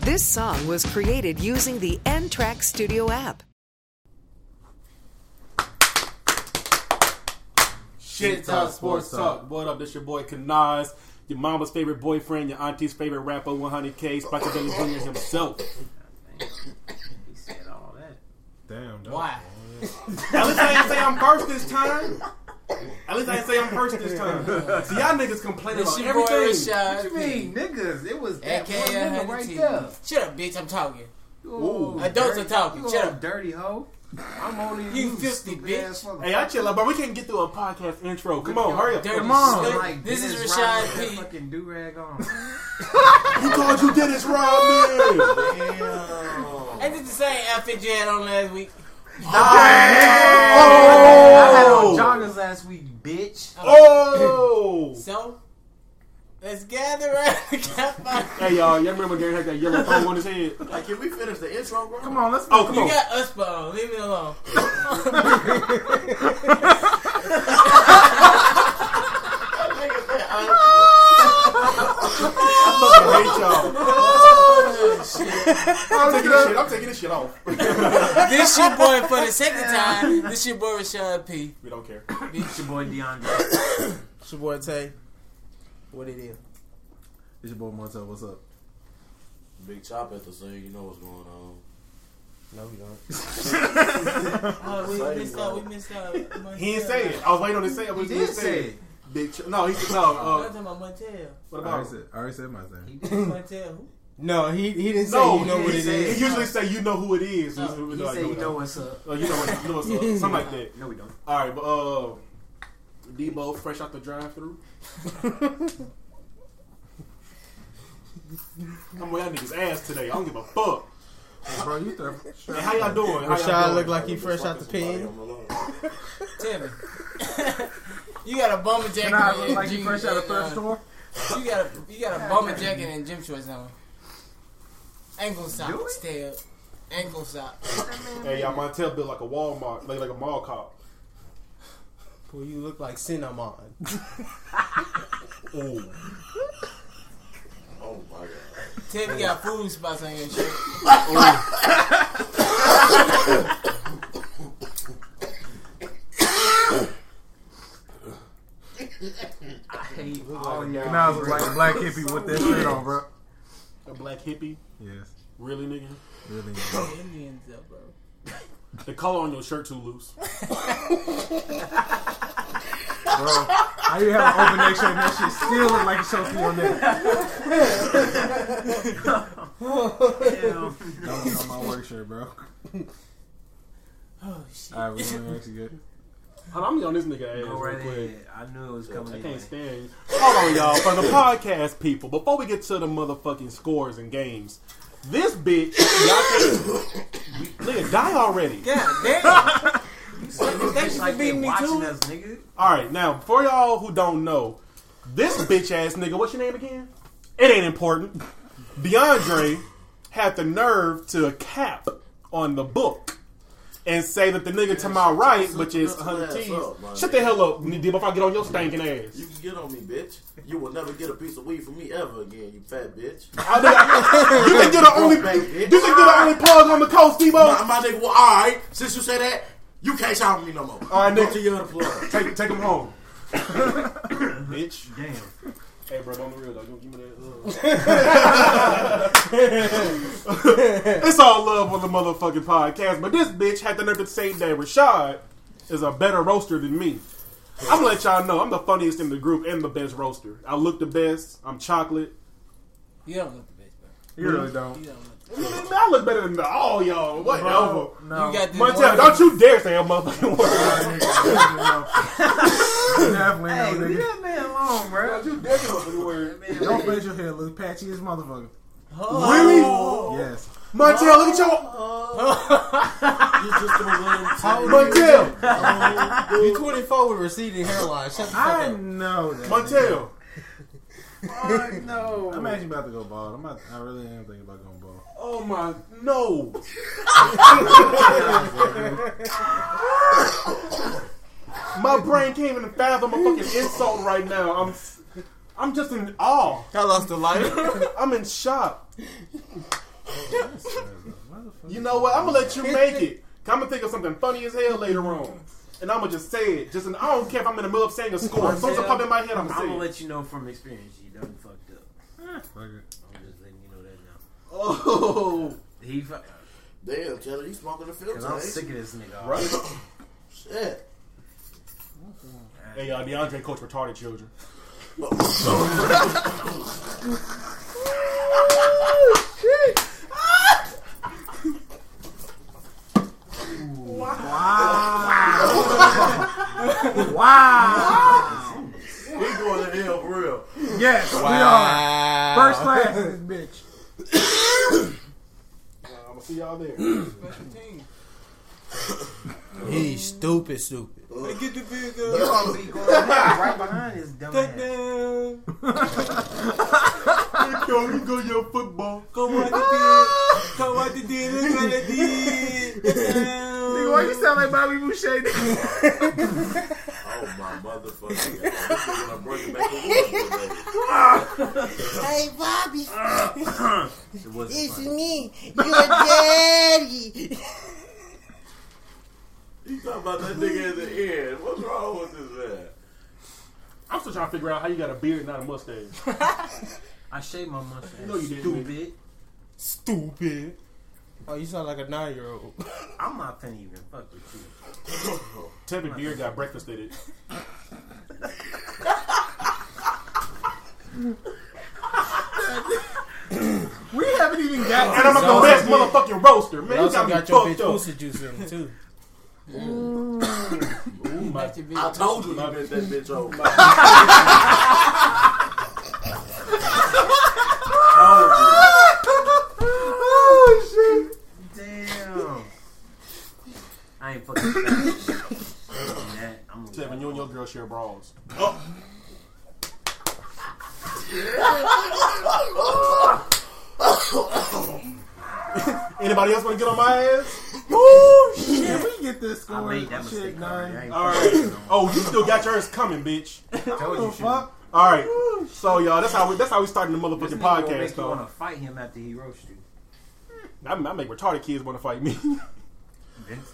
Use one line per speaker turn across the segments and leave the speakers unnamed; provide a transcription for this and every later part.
This song was created using the N Track Studio app.
Shit Talk Sports Talk. What up? This your boy Kanaz, your mama's favorite boyfriend, your auntie's favorite rapper, 100K, Spikeabilly Jr. himself.
He said all that.
Damn. dog.
Why?
At least I didn't say I'm first this time. At least I didn't say I'm first this time. See, y'all niggas complaining
It's
about
your boy
everything.
Rashad.
What you mean, niggas? It was that
AKA
one nigga
100
right
T.
there.
Shut up, bitch. I'm talking.
You old
Adults
dirty-
are talking.
You
Shut
old
up.
dirty hoe. I'm only
You 50,
stupid
bitch.
ass motherfucker.
Hey, I chill up, bro. We can't get through a podcast intro. Come on, hurry up.
Dirty
Come on,
This-
like,
this is
Dennis
Rashad
Rodman with
P.
that Fucking do rag on.
You called you Dennis Rodman.
Ain't it the same outfit you had on last week?
I had on
Oh!
joggers last week, bitch.
Oh!
So, let's gather around the campfire.
Hey, y'all. Y'all remember Gary had that yellow thumb on his head?
Like, can we finish the intro, bro?
Come on, let's.
Oh, come
You
on.
got us on. Leave me alone.
I fucking hate y'all. I'm taking this shit. I'm taking this shit off.
This your boy for the second time. This your boy Rashad P.
We don't care.
It's your boy DeAndre.
It's your boy Tay. What it is?
It's your boy Montel. What's up?
Big Chop at the scene. You know what's going on. No, we don't.
Oh, we missed out. We missed out.
He didn't say it. I was waiting on him to say it. but
He did say it.
Big ch- no, he said no.
I'm
Uh,
talking about Montel.
what
I
about
already said, I already said my thing.
Montel. who?
No, he he didn't say
No,
you know
he
what it
didn't say
is.
He usually say you know who it is.
No,
He
He
like,
said, "You know
what.
what's up."
Oh, you know what? You know what's up. Something like that.
No, we don't.
All right, but uh, Debo fresh out the drive-through. I'm on y'all niggas' ass today. I don't give a fuck.
Bro, you throw.
Hey, how y'all doing? How y'all
Rashad
doing?
look like he fresh out the pen.
Tell me. you got a bomber jacket.
And I
and
look like you
jeans
fresh out of
and, uh,
third store.
You got a you got a bomber jacket and gym shorts on. Ankle
Do it?
socks, Tab. Ankle socks.
Hey, y'all, Montel built like a Walmart, like like a mall cop.
Boy, you look like cinnamon.
Ooh,
Oh my god.
Tab, you got food spots on your shirt.
Oh yeah. And I was like a black hippie with that shirt on, bro.
a black hippie,
Yes,
really nigga.
really.
Indians up, bro.
The color on your shirt too loose.
Bro, how you have an open neck shirt and that shit still look like it shows through your neck? That was on my work shirt, bro.
Oh shit.
All right, we're actually good.
Hold on, I'm gonna get on this nigga ass
Go
real
right
quick.
ahead. I knew it was coming.
I can't
anyway.
stand you. Hold on, y'all. For the podcast people, before we get to the motherfucking scores and games, this bitch, y'all can't. Nigga, die already.
God damn. Thank you
Like
for
they
beating me
watching
too.
us, nigga.
Alright, now, for y'all who don't know, this bitch ass nigga, what's your name again? It ain't important. DeAndre had the nerve to cap on the book. And say that the nigga to my right, which is 100 T's, shut the hell up, Debo, if I get on your stinking ass.
You can get on me, bitch. You will never get a piece of weed from me ever again, you fat bitch.
I, nigga, you think you're the only, you think you're the only plug on the coast, Debo?
My, Oh, my nigga, well, alright, since you say that, you can't shout at me no more.
All right,
Go
nigga.
to your other plug.
Take take him home. Bitch.
Damn.
Hey, bro, don't be real, though. Don't give me that. uh. it's all love on the motherfucking podcast, but this bitch had the nerve to say that Rashad is a better roaster than me. I'm gonna let y'all know I'm the funniest in the group and the best roaster. I look the best. I'm chocolate.
You don't look the best, bro.
You really don't.
You don't look. The
I mean, I look better than the- all y'all. Whatever.
No.
You got this.
Montel, don't you dare say a motherfucking word.
Definitely
Hey,
no, nigga.
man alone, bro.
you dare say a motherfucking word.
Don't fade your hair, look patchy as motherfucker.
Really? Oh.
Yes.
Montel, look at your
You just gonna run
Montel.
You 24 with receding hairline. Shut the
I
fuck up.
know that.
Montel.
no.
I'm actually about to go bald. I'm about, I really am thinking about going bald.
Oh my no. my brain can't even fathom a fucking insult right now. I'm I'm just in awe.
I lost a life.
I'm in shock. You know what? I'm gonna let you make it. I'm gonna think of something funny as hell later on, and I'm gonna just say it. Just, an, I don't care if I'm in the middle of saying a score. As soon as it pop in my head, I'm
I'm
gonna
gonna
say it.
let you know from experience you done fucked up.
Fuck it.
I'm just letting you know that now.
Oh,
He fuck.
Damn, Taylor, you smoking the
Cause I'm
filter.
sick
ain't
of this nigga.
right.
you? Shit.
Hey, uh, DeAndre coach retarded children.
Wow.
We going to hell for real.
Yes, we are. First class, in this bitch.
I'm gonna see y'all there.
Special team.
He's stupid, stupid.
Get the big
You
uh,
gonna be going right behind this dumb ass.
down.
Yo, you go your football.
Come out the deal. Come out the deal. Look at the deal.
Why you sound like Bobby Boucher?
Oh my motherfucking god! This nigga done broke it back to one.
Hey, Bobby,
It wasn't
it's
funny.
me, your daddy.
You talking about that nigga at the end? What's wrong with this man?
I'm still trying to figure out how you got a beard, and not a mustache.
I shaved my mustache.
No, you didn't,
Stupid.
Stupid. Oh, you sound like a nine year old.
I'm not gonna even fuck with you.
Tevin Beard got breakfasted it.
We haven't even got.
And I'm
to-
at the best motherfucking roaster, man. You
also
got me
got your bitch
fucked up.
pussy juice in it, too.
That's your big
I told you you bent that bitch over.
Damn. I ain't fucking with that. I'm gonna
Tevin, you and your girl share bras. Anybody else want to get on my ass?
Can we get this score?
I made that mistake
Shit,
already. I
nine.
ain't
All right. Oh, you still got yours coming, bitch.
told
Oh,
you shit.
fuck.
All right. So y'all, that's how we that's how we starting the motherfucking
This nigga gonna
podcast.
make you wanna
Though
fight him after he roasts you.
I, I make retarded kids want to fight me.
Vince.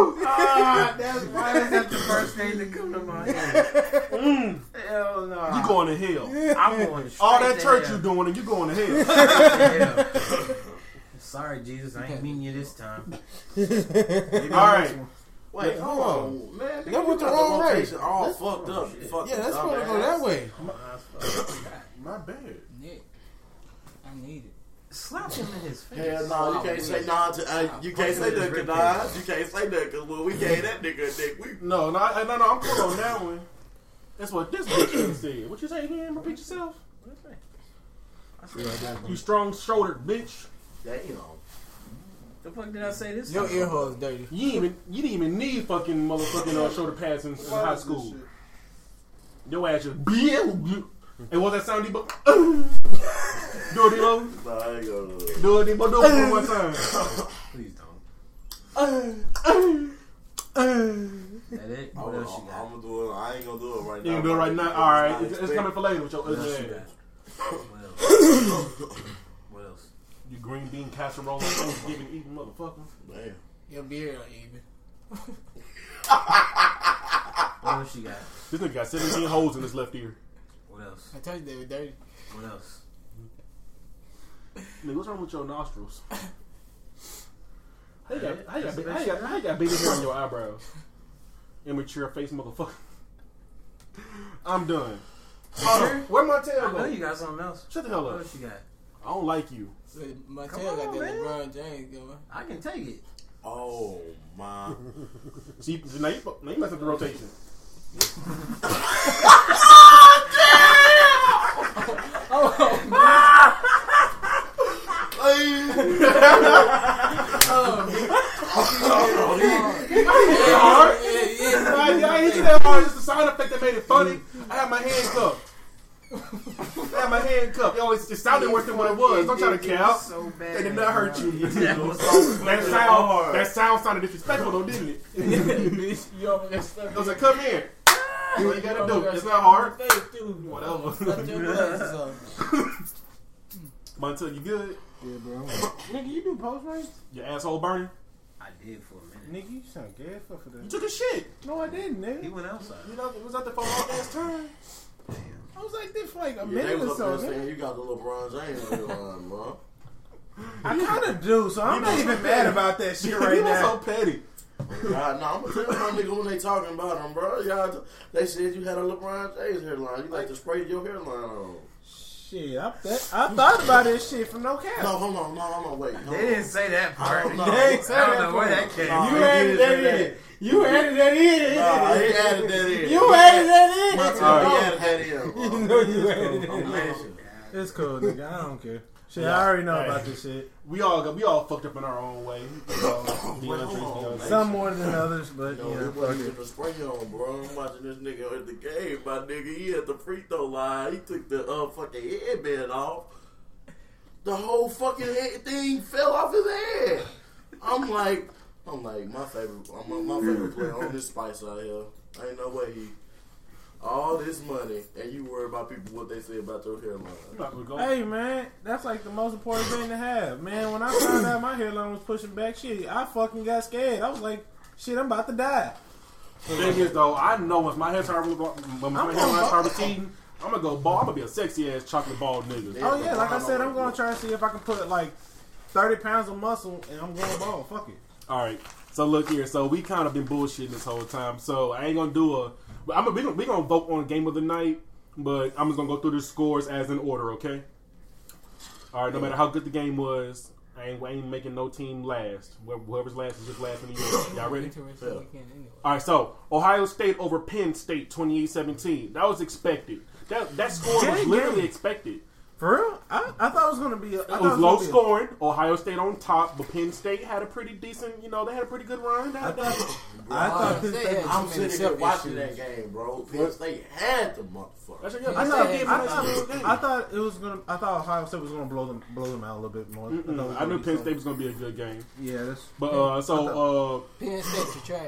that's why that's not the first thing that come to my head. Hell no.
you going to hell?
Mm. I'm going straight
All that
to
church
hell.
you doing, and you going to hell?
Yeah. Sorry, Jesus, I ain't mean you this time.
All right.
Wait, hold on, man.
That went the
got
wrong way.
location All fucked up. you fucking
Yeah, that's supposed to go
dumbass.
that way.
My bad.
Nick, I need it.
Slap him in his face.
Hell no, you can't say nah to. Uh, you can't say nothing, to Nas. You can't say nothing. 'cause When we gave that nigga a dick, we
No, no, I- no, no. I'm cool on that one. That's what this bitch said. What you say again? Repeat yourself. You strong shouldered bitch.
damn.
The fuck did I say this?
Your
time?
ear hole is dirty.
You ain't even you didn't even need fucking motherfucking uh, shoulder pads in, in high school. Your ass just and what that sound Debo? do it, Debo.
Nah, I ain't gonna.
Do it, Debo. Do it one more time.
Please don't. that it? What else you
I'm
got?
gonna do it. I ain't gonna do it right now.
You can do it right now. All right, it's, it's coming for later with your
What
ugly
else you
ass.
got? What else? What else?
You green bean casserole, Thanksgiving eating motherfucker.
Damn.
Your beard ain't even.
What else you got?
This nigga got 17 holes in his left ear.
What else?
I told you they were dirty.
What else?
Nigga, what's wrong with your nostrils? How you got, how you got, how you got, how you got baby hair on your eyebrows? Immature face motherfucker. I'm done. Hold on. Where my tail
I know
go?
you got something else.
Shut the hell
What
up.
else you got?
Oh,
I don't like you.
So my
Come
tail
on,
got that
man.
LeBron James going.
I can take it.
Oh my.
See, now you, fu- now you messed up the rotation.
Oh,
Yeah, yeah. Mm-hmm.
I, I hit you that hard. It's the sound effect that made it funny. I had my hand cupped. I had my hand cupped. Yo, it's, it sounded worse than what it was. Don't try to count.
So bad.
They did not hurt you.
That
that
was so
sound, that sound sounded disrespectful though, didn't it?
Bitch, you almost got stuck.
I was like, come here. Do what you gotta do. It's not hard.
Face, dude.
Whatever.
Suck your glasses up.
But until you good,
Yeah, bro.
Nigga, you do post race?
your asshole burning.
I did for a minute.
Nigga, you sound gay as fuck for
You
that.
took a shit.
No, I didn't,
He
nigga.
went outside.
You know, it was at the phone all last time.
I was like this for like a
Yeah, they
minute
was
or so.
up there
nigga.
saying you got the LeBron James line, bro.
I kind of do, so I'm
You
not
know-
even mad about that shit right
you was
now.
so petty.
God, nah, I'm gonna tell my nigga when they talking about him, bro. Y'all, t- they said you had a LeBron James hairline. You like to spray your hairline on.
Shit, I, that, I thought about this shit from no cap.
No, hold on, no, hold on, wait. Hold
They didn't say that part.
on. No,
They
no,
ain't say
I don't
that
know where that came
Nah,
from.
You added that in. You added that in.
Nah, he added that in.
You added that in.
My
All right.
added that in. bro.
You know you added
I'm
that in.
laughing.
It's cool, nigga. I don't care. Shit, I already know about this shit.
We all got, we all fucked up in our own way. You know, DeAndre's the other-
Some more than others, but
Yo,
yeah.
it wasn't even spray on, bro. I'm watching this nigga at the game. My nigga, he at the free throw line. He took the uh, fucking headband off. The whole fucking head thing fell off his head. I'm like, I'm like, my favorite, my, my favorite player on this spice out here. Ain't no way he. All this money, and you worry about people what they say about your hairline.
I'm not gonna go.
Hey man, that's like the most important thing to have, man. When I found out my hairline was pushing back, shit, I fucking got scared. I was like, shit, I'm about to die.
The thing is, though, I know once my hair starts, when my hairline starts receding, I'm gonna go bald. I'm gonna be a sexy ass chocolate bald nigga.
Yeah.
Oh yeah, like I said, I'm gonna
Yeah.
try and see if I can put like 30 pounds of muscle, and I'm going bald. Fuck it.
All right. So look here. So we kind of been bullshitting this whole time. So I ain't gonna do a. but I'm gonna, we gonna we gonna vote on game of the night, but I'm just gonna go through the scores as in order. Okay. All right. No matter how good the game was, I ain't, I ain't making no team last. Whoever- Whoever's last is just last in the year. Y'all ready?
Interesting
Yeah.
weekend anyway.
All right. So Ohio State over Penn State, 28-17. That was expected. That that score was
Dang,
literally
dang.
expected.
For real? I, I thought it was gonna be. A, I
It
thought
was low
gonna be a-
scoring. Ohio State on top, but Penn State had a pretty decent. You know, they had a pretty good run. They
I
had-
thought. I thought this.
They had
Thing,
too
I'm
many
sitting here
self
watching
issues.
that game, bro. Penn State had the motherfucker.
That's a good-
I
that's
thought,
a good
I,
game.
thought, I thought it was gonna. I thought Ohio State was gonna blow them, blow them out a little bit more. I, thought it was
Mm-mm. I
gonna
knew
be
Penn
some-
State was going to be a good game.
Yeah, that's
But uh, so
Penn State's are trash.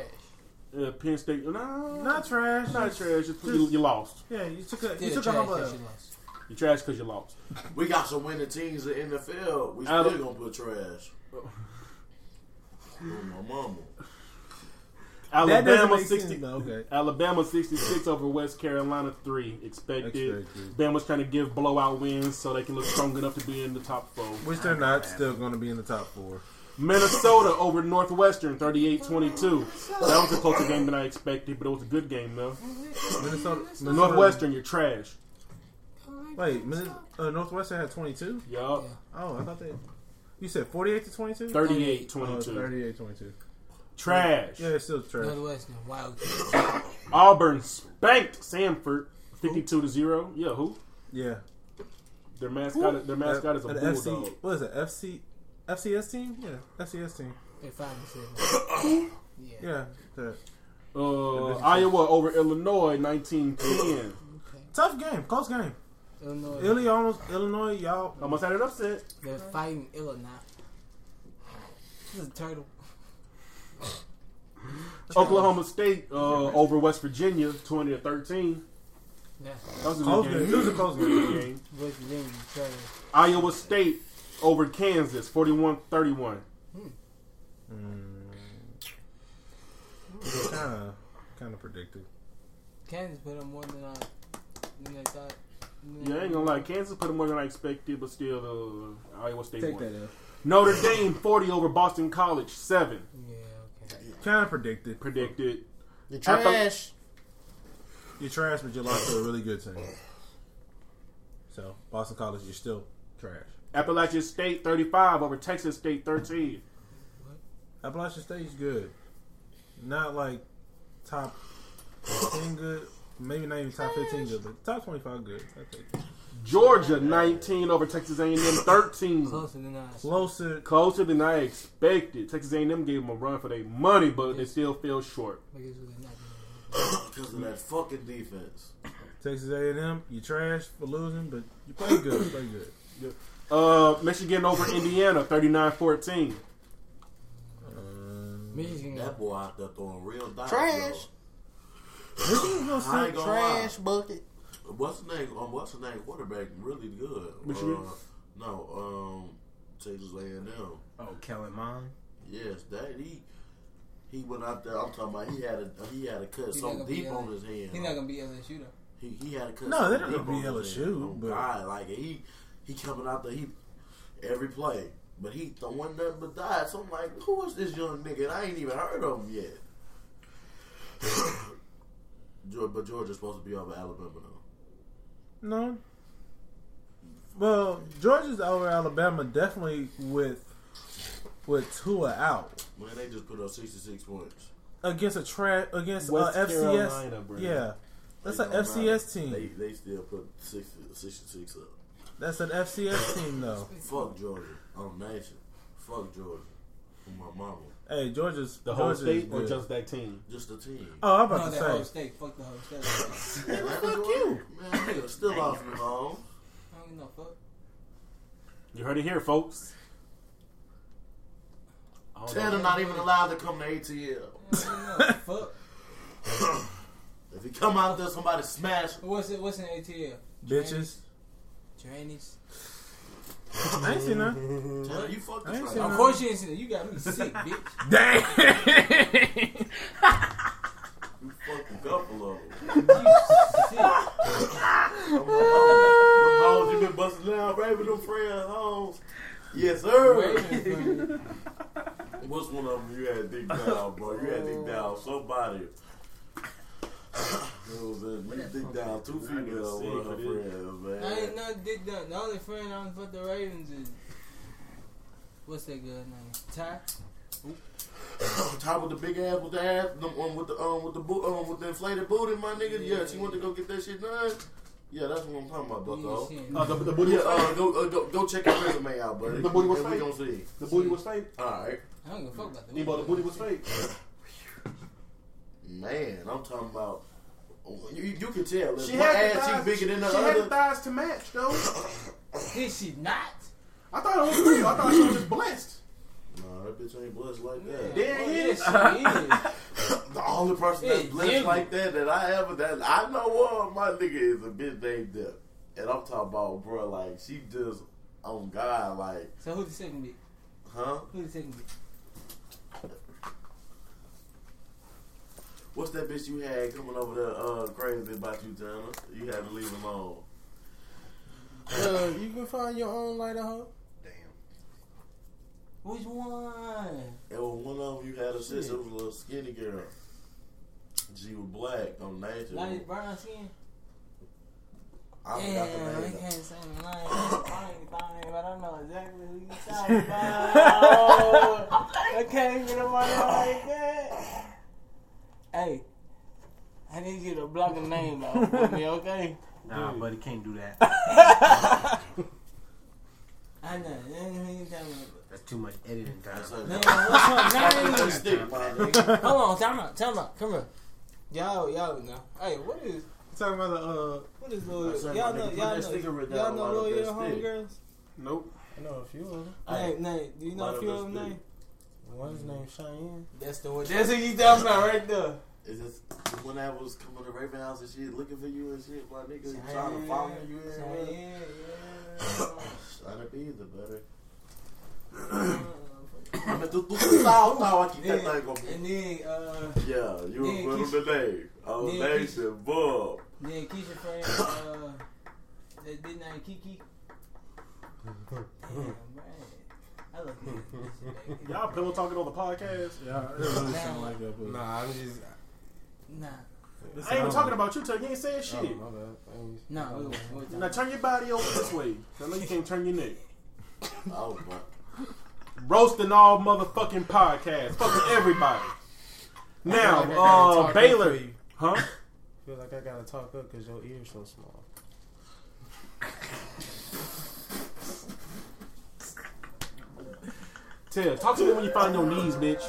uh, uh, Penn State, no,
not trash.
not trash. You, you, you lost.
Yeah, you took a
They're
you took a
trash
humble.
that
L.
you lost.
You trash because you lost.
We got some winning teams in the NFL. We
I
still
don't-
gonna put trash. Oh, my mama.
That doesn't
Alabama
make sense,
sixty.
though. Okay.
Alabama 66 over West Carolina 3 expected.
Expected.
Bama's trying to give blowout wins so they can look strong enough to be in the top 4.
Which they're not still going to be in the top four.
Minnesota over Northwestern 38-22. That was a closer game than I expected, but it was a good game though.
Minnesota, Minnesota
Northwestern, you're trash.
Wait, Min- uh, Northwestern had 22.
Yup.
Oh, I thought they. You said 48 to Oh, 22.
38-22.
38 22.
Trash.
Yeah, it's still trash.
Northwestern Wild.
Auburn spanked Sanford 52 to 0. Yeah, who?
Yeah,
Their mascot their mascot is a
An
bulldog.
FC. What is it? FC. FCS team? Yeah, FCS team.
They finally said Yeah.
Yeah. that.
Uh, Iowa over Illinois 19-10.
Tough game, close game.
Illinois.
Illinois, almost, Illinois, y'all.
Almost had an upset.
They're fighting Illinois. This is a turtle.
Oklahoma State uh, over West Virginia 20 to 13.
That's
That was a
Close
good
game.
game.
It was a close game.
game.
West Virginia trash.
Iowa State over Kansas 41-31.
Hmm. Kind of, kind of predicted.
Kansas put up more than I than they thought. than
Yeah, I ain't gonna lie. Kansas put them more than I expected, but still, uh, Iowa State
Take
won.
that out.
Notre Dame 40 over Boston College 7.
Yeah, okay.
Kind of predicted.
Predicted.
The
thought-
trash.
You're trash, but you lost to a really good team. So Boston College, you're still trash.
Appalachian State 35 over Texas State 13.
Appalachian State's good, not like top ten good, maybe not even top fifteen good, but top twenty five good. I think
Georgia 19 over Texas A&M 13.
Closer than I
closer.
Closer than I expected. Texas A&M gave them a run for their money, but they still fell short.
because we're not doing
Because of that fucking defense.
Texas A and M, you trash for losing, but you play good. You play good.
Uh, Michigan over Indiana 39-14.
Um,
it. Michigan
That boy out there throwing real dice.
Trash.
bro.
This no
I ain't
sense.
gonna lie.
Trash bucket.
What's the name? Um, what's the name? Quarterback, really good.
Michigan?
Uh, no, um, Texas A and M.
Oh, Kellen Mond.
Yes, that he he went out there. I'm talking about he had a he had a cut
He's
so
not gonna
deep
be
on
a-
his hand.
He's not gonna be LSU though.
He, he had a cut.
No,
so
they don't
deep
be
on his
LSU,
hand. Oh,
but-
God, like he he coming out there. He every play, but he throwing nothing but dives. So I'm like, who is this young nigga? And I ain't even heard of him yet. Georgia, but Georgia's supposed to be over Alabama now.
No. Well, Georgia's over Alabama definitely with with Tua out
Man, they just put up 66 points.
against a tra- against uh,
West
FCS.
Carolina, bro.
Yeah, that's
They
an
don't
FCS
matter.
team.
They, they still put 60, 66 up.
That's an FCS team though.
Fuck Georgia. I'm nation. Fuck Georgia. For my mama.
Hey, Georgia's
The whole
Georgia's
state or
good.
just that team?
Just the team.
Oh, I'm
No,
about
that
to
whole
say
state. Fuck the whole state.
Man, fuck you. Man, nigga, still off you, home.
I don't give no fuck.
You heard it here, folks. I don't know.
Tanner not even allowed to come to ATL.
I don't give no fuck.
If he come out there, somebody smash him.
What's it? What's in ATL?
bitches.
Trainees.
I ain't seen her.
Tanner, you fucked
ain't
this
seen
right
Of
now.
course you ain't seen it. You got me sick, bitch.
Damn.
You fucked a couple of them.
Sick.
Them hoes you been busting down, raping them friends, hoes. Yes, sir.
Wait,
What's one of them you had dick down, bro? You had dick
Oh.
down somebody. You dick down two females with her friends, man.
I ain't nothing dick done. The only friend I'm for the Ravens is what's that girl name? Ty.
On top of the big ass with the ass, the one with the um with the boot um with the inflated booty, my nigga. Yeah, she went to go get that shit done. Yeah, that's what I'm talking about, Bucko.
You ain't
Uh,
seen
the, the
But
booty
yeah,
was fake.
uh, go, uh, go go check your resume out, buddy.
The booty was
And we
fake?
gonna see.
The booty was fake.
All right,
I don't give a fuck about that.
Debo, the booty was fake.
man. I'm talking about. You, you can tell. She
She
one
had the
ass
thighs.
cheek bigger than the
she had the
other.
thighs to match, though.
Did she not?
I thought it was real. I thought she was just blessed.
Nah, that bitch ain't blessed like that.
There
Well,
it
yeah,
is.
she is.
The only person that's
Yeah,
blessed
damn.
like that that I ever that I know of my nigga is a bitch named Dip. And I'm talking about, bro, like she just on God, like,
So who's the second bitch?
huh?
Who's the second bitch?
What's that bitch you had coming over there uh, crazy about you, Tanner? You had to leave alone.
Uh, you can find your own lighter hoe.
Which one?
And was one of them you had a sister was a little skinny girl. She was black on nature.
Light brown skin.
I
Yeah,
forgot the
we
name.
can't say the name. I ain't fine, but I know exactly who you talking about. I can't get nobody like that. Hey, I need you to block a name though for me, okay?
Nah, buddy, can't do that.
I know. That's who you talking about.
That's too much editing time.
That's her.
Man, what's her name?
Fucking stick, my nigga.
Hold on, time out, time out, come here. Y'all, y'all know. Hey, what is
Talking about the uh,
what is
I said,
Lil?
my
Y'all know,
nigga, put
y'all
that
know,
sticker right
y'all
down,
know
light up
Lil
that
Yachty
stick.
Homegirls.
Nope.
I know a few of them.
Name, name. Do you know
Light
a
up
few
that
of them?
stick.
Name.
One's named Cheyenne.
That's the one. That's who you talking about right there.
Is this the one that was coming to Raven House and shit looking for you and shit, my nigga?
Yeah,
Trying to follow you
yeah,
everywhere? Trying to be the better.
yeah.
I'm at the South Now I keep that
Then-
thing going.
and then, uh,
Yeah, you
Yeah,
were
Keisha-
put on the name. I was
Yeah,
nation, boom.
then Keisha friend, uh, that big name Kiki. Damn, man. I look at this.
Y'all pillow talking on the podcast.
yeah, it really sound like that. But
Nah, I'm just.
Nah,
It's
I ain't even
over.
talking about you, Tug. You ain't saying
Oh,
shit.
my bad. I was-
nah, we won't. we won't talk
Now turn your body over this way. I know you can't turn your neck.
I was like,
Roasting all motherfucking podcasts. Fucking everybody. Now, uh, Baylor. Huh?
feel like I gotta talk up because your ear's so small.
Tell. Talk to me when you find your knees, bitch.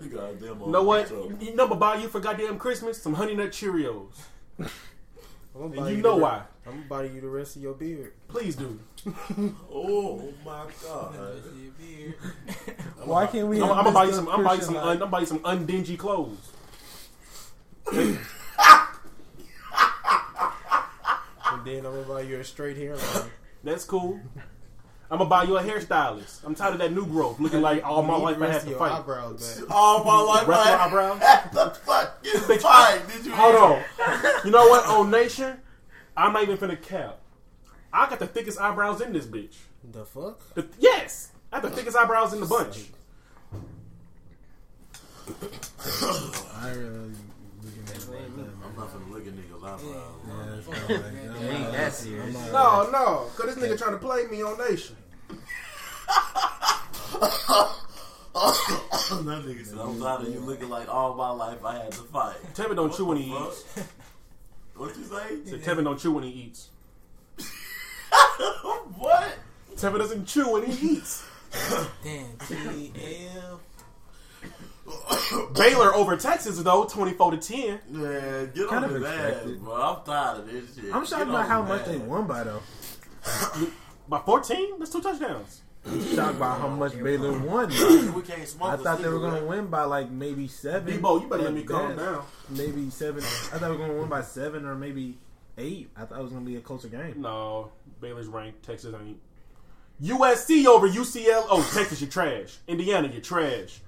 goddamn.
You know what? You- You know what buy you for goddamn Christmas? Some Honey Nut Cheerios.
I'm gonna
And
buy
you
the
know
re-
why.
I'm gonna buy you the rest of your beard.
Please do.
Oh my god.
about this shit, beer.
Why can't we?
I'm,
have
I'm gonna buy you
this
some. I'm gonna buy you some.
Christian life?
Un, I'm buy you some undingy clothes.
And then I'm about you're straight hairline.
That's cool. I'm gonna buy you a hairstylist. I'm tired of that new growth looking like all my
You
life I
rest
have
of
to
your
fight.
Eyebrows back.
All Oh, my life,
Rest
I
your eyebrows?
had to fucking fight. Did you?
Hold on. You know what, old nation? I'm not even finna cap. I got the thickest eyebrows in this bitch.
The fuck?
The- yes, I got the thickest eyebrows in the bunch.
I ain't really looking at it like that.
I'm not gonna look at niggas' eyebrows.
Yeah, it's kinda like- I'm
Ain't
like-
that serious?
No, no, cause this nigga trying to play me on Nation.
that nigga said, I'm tired of you looking like all my life I had to fight.
Tevin don't chew when he
Fuck.
eats.
What you say?
Tevin don't chew when he eats.
What?
Tevin doesn't chew when he eats.
Damn, TL.
Baylor over Texas though, twenty four to ten.
Yeah, get
Kind
on
of
his ass,
expected.
bro. I'm tired of this shit.
I'm shocked
Get
about
on
how
his
much
ass.
they won by though.
By fourteen, that's two touchdowns.
Shocked by how much Baylor won.
We can't smoke.
I
a
thought they were
cigarette.
gonna win by like maybe seven.
Debo, you better
at
let me calm
best.
down.
Maybe seven. I thought we were gonna win by seven or maybe eight. I thought it was gonna be a closer game.
No, Baylor's ranked. Texas ain't. USC over UCLA. Oh, Texas, you trash. Indiana, you trash.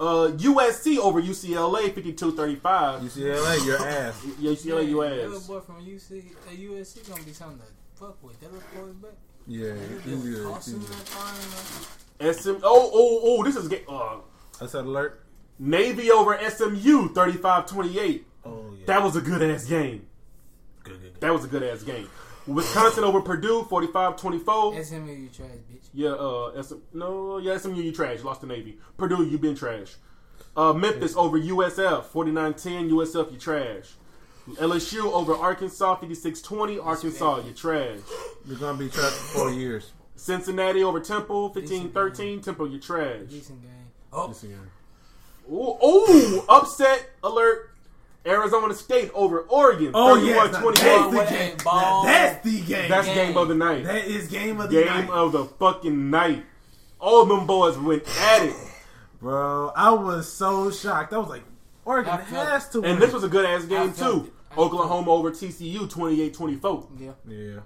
Uh, USC over UCLA, 52-35.
UCLA, your ass.
Yeah, UCLA, you
That little
ass.
boy from UC, uh, USC gonna be something to fuck with. That little boy's back.
Yeah, he's
Just
good.
tossing
He's
that uh, thing,
good.
SM. Oh, oh, oh. This is ga- uh,
That's an alert.
Navy over SMU, 35-28.
Oh yeah.
That was a good ass game.
Good, good, good.
That was a good ass game. Wisconsin over Purdue, 45-24.
like, SMU, you trash, bitch.
Yeah, uh, SM, no, yeah, SMU, you trash. Lost to Navy. Purdue, you been trash. Uh, Memphis over USF, 49-10. USF, you trash. LSU over Arkansas, 56-20. Arkansas, you trash.
You're gonna be trapped for four years.
Cincinnati over Temple, 15-13. Temple, you trash.
Decent game. Oh,
This again.
Ooh, ooh, upset alert. Arizona State over Oregon,
Oh, yeah, it's not-
31-21.
what
game.
a ball.
That's the game.
That's game of the night.
that is game of the
game
night.
of the fucking night. All them boys went at it.
Bro, I was so shocked. I was like, Oregon
I felt-
has to win.
And this was a good ass game
I felt
too.
it. I
Oklahoma over TCU 28-24.
Yeah.
yeah,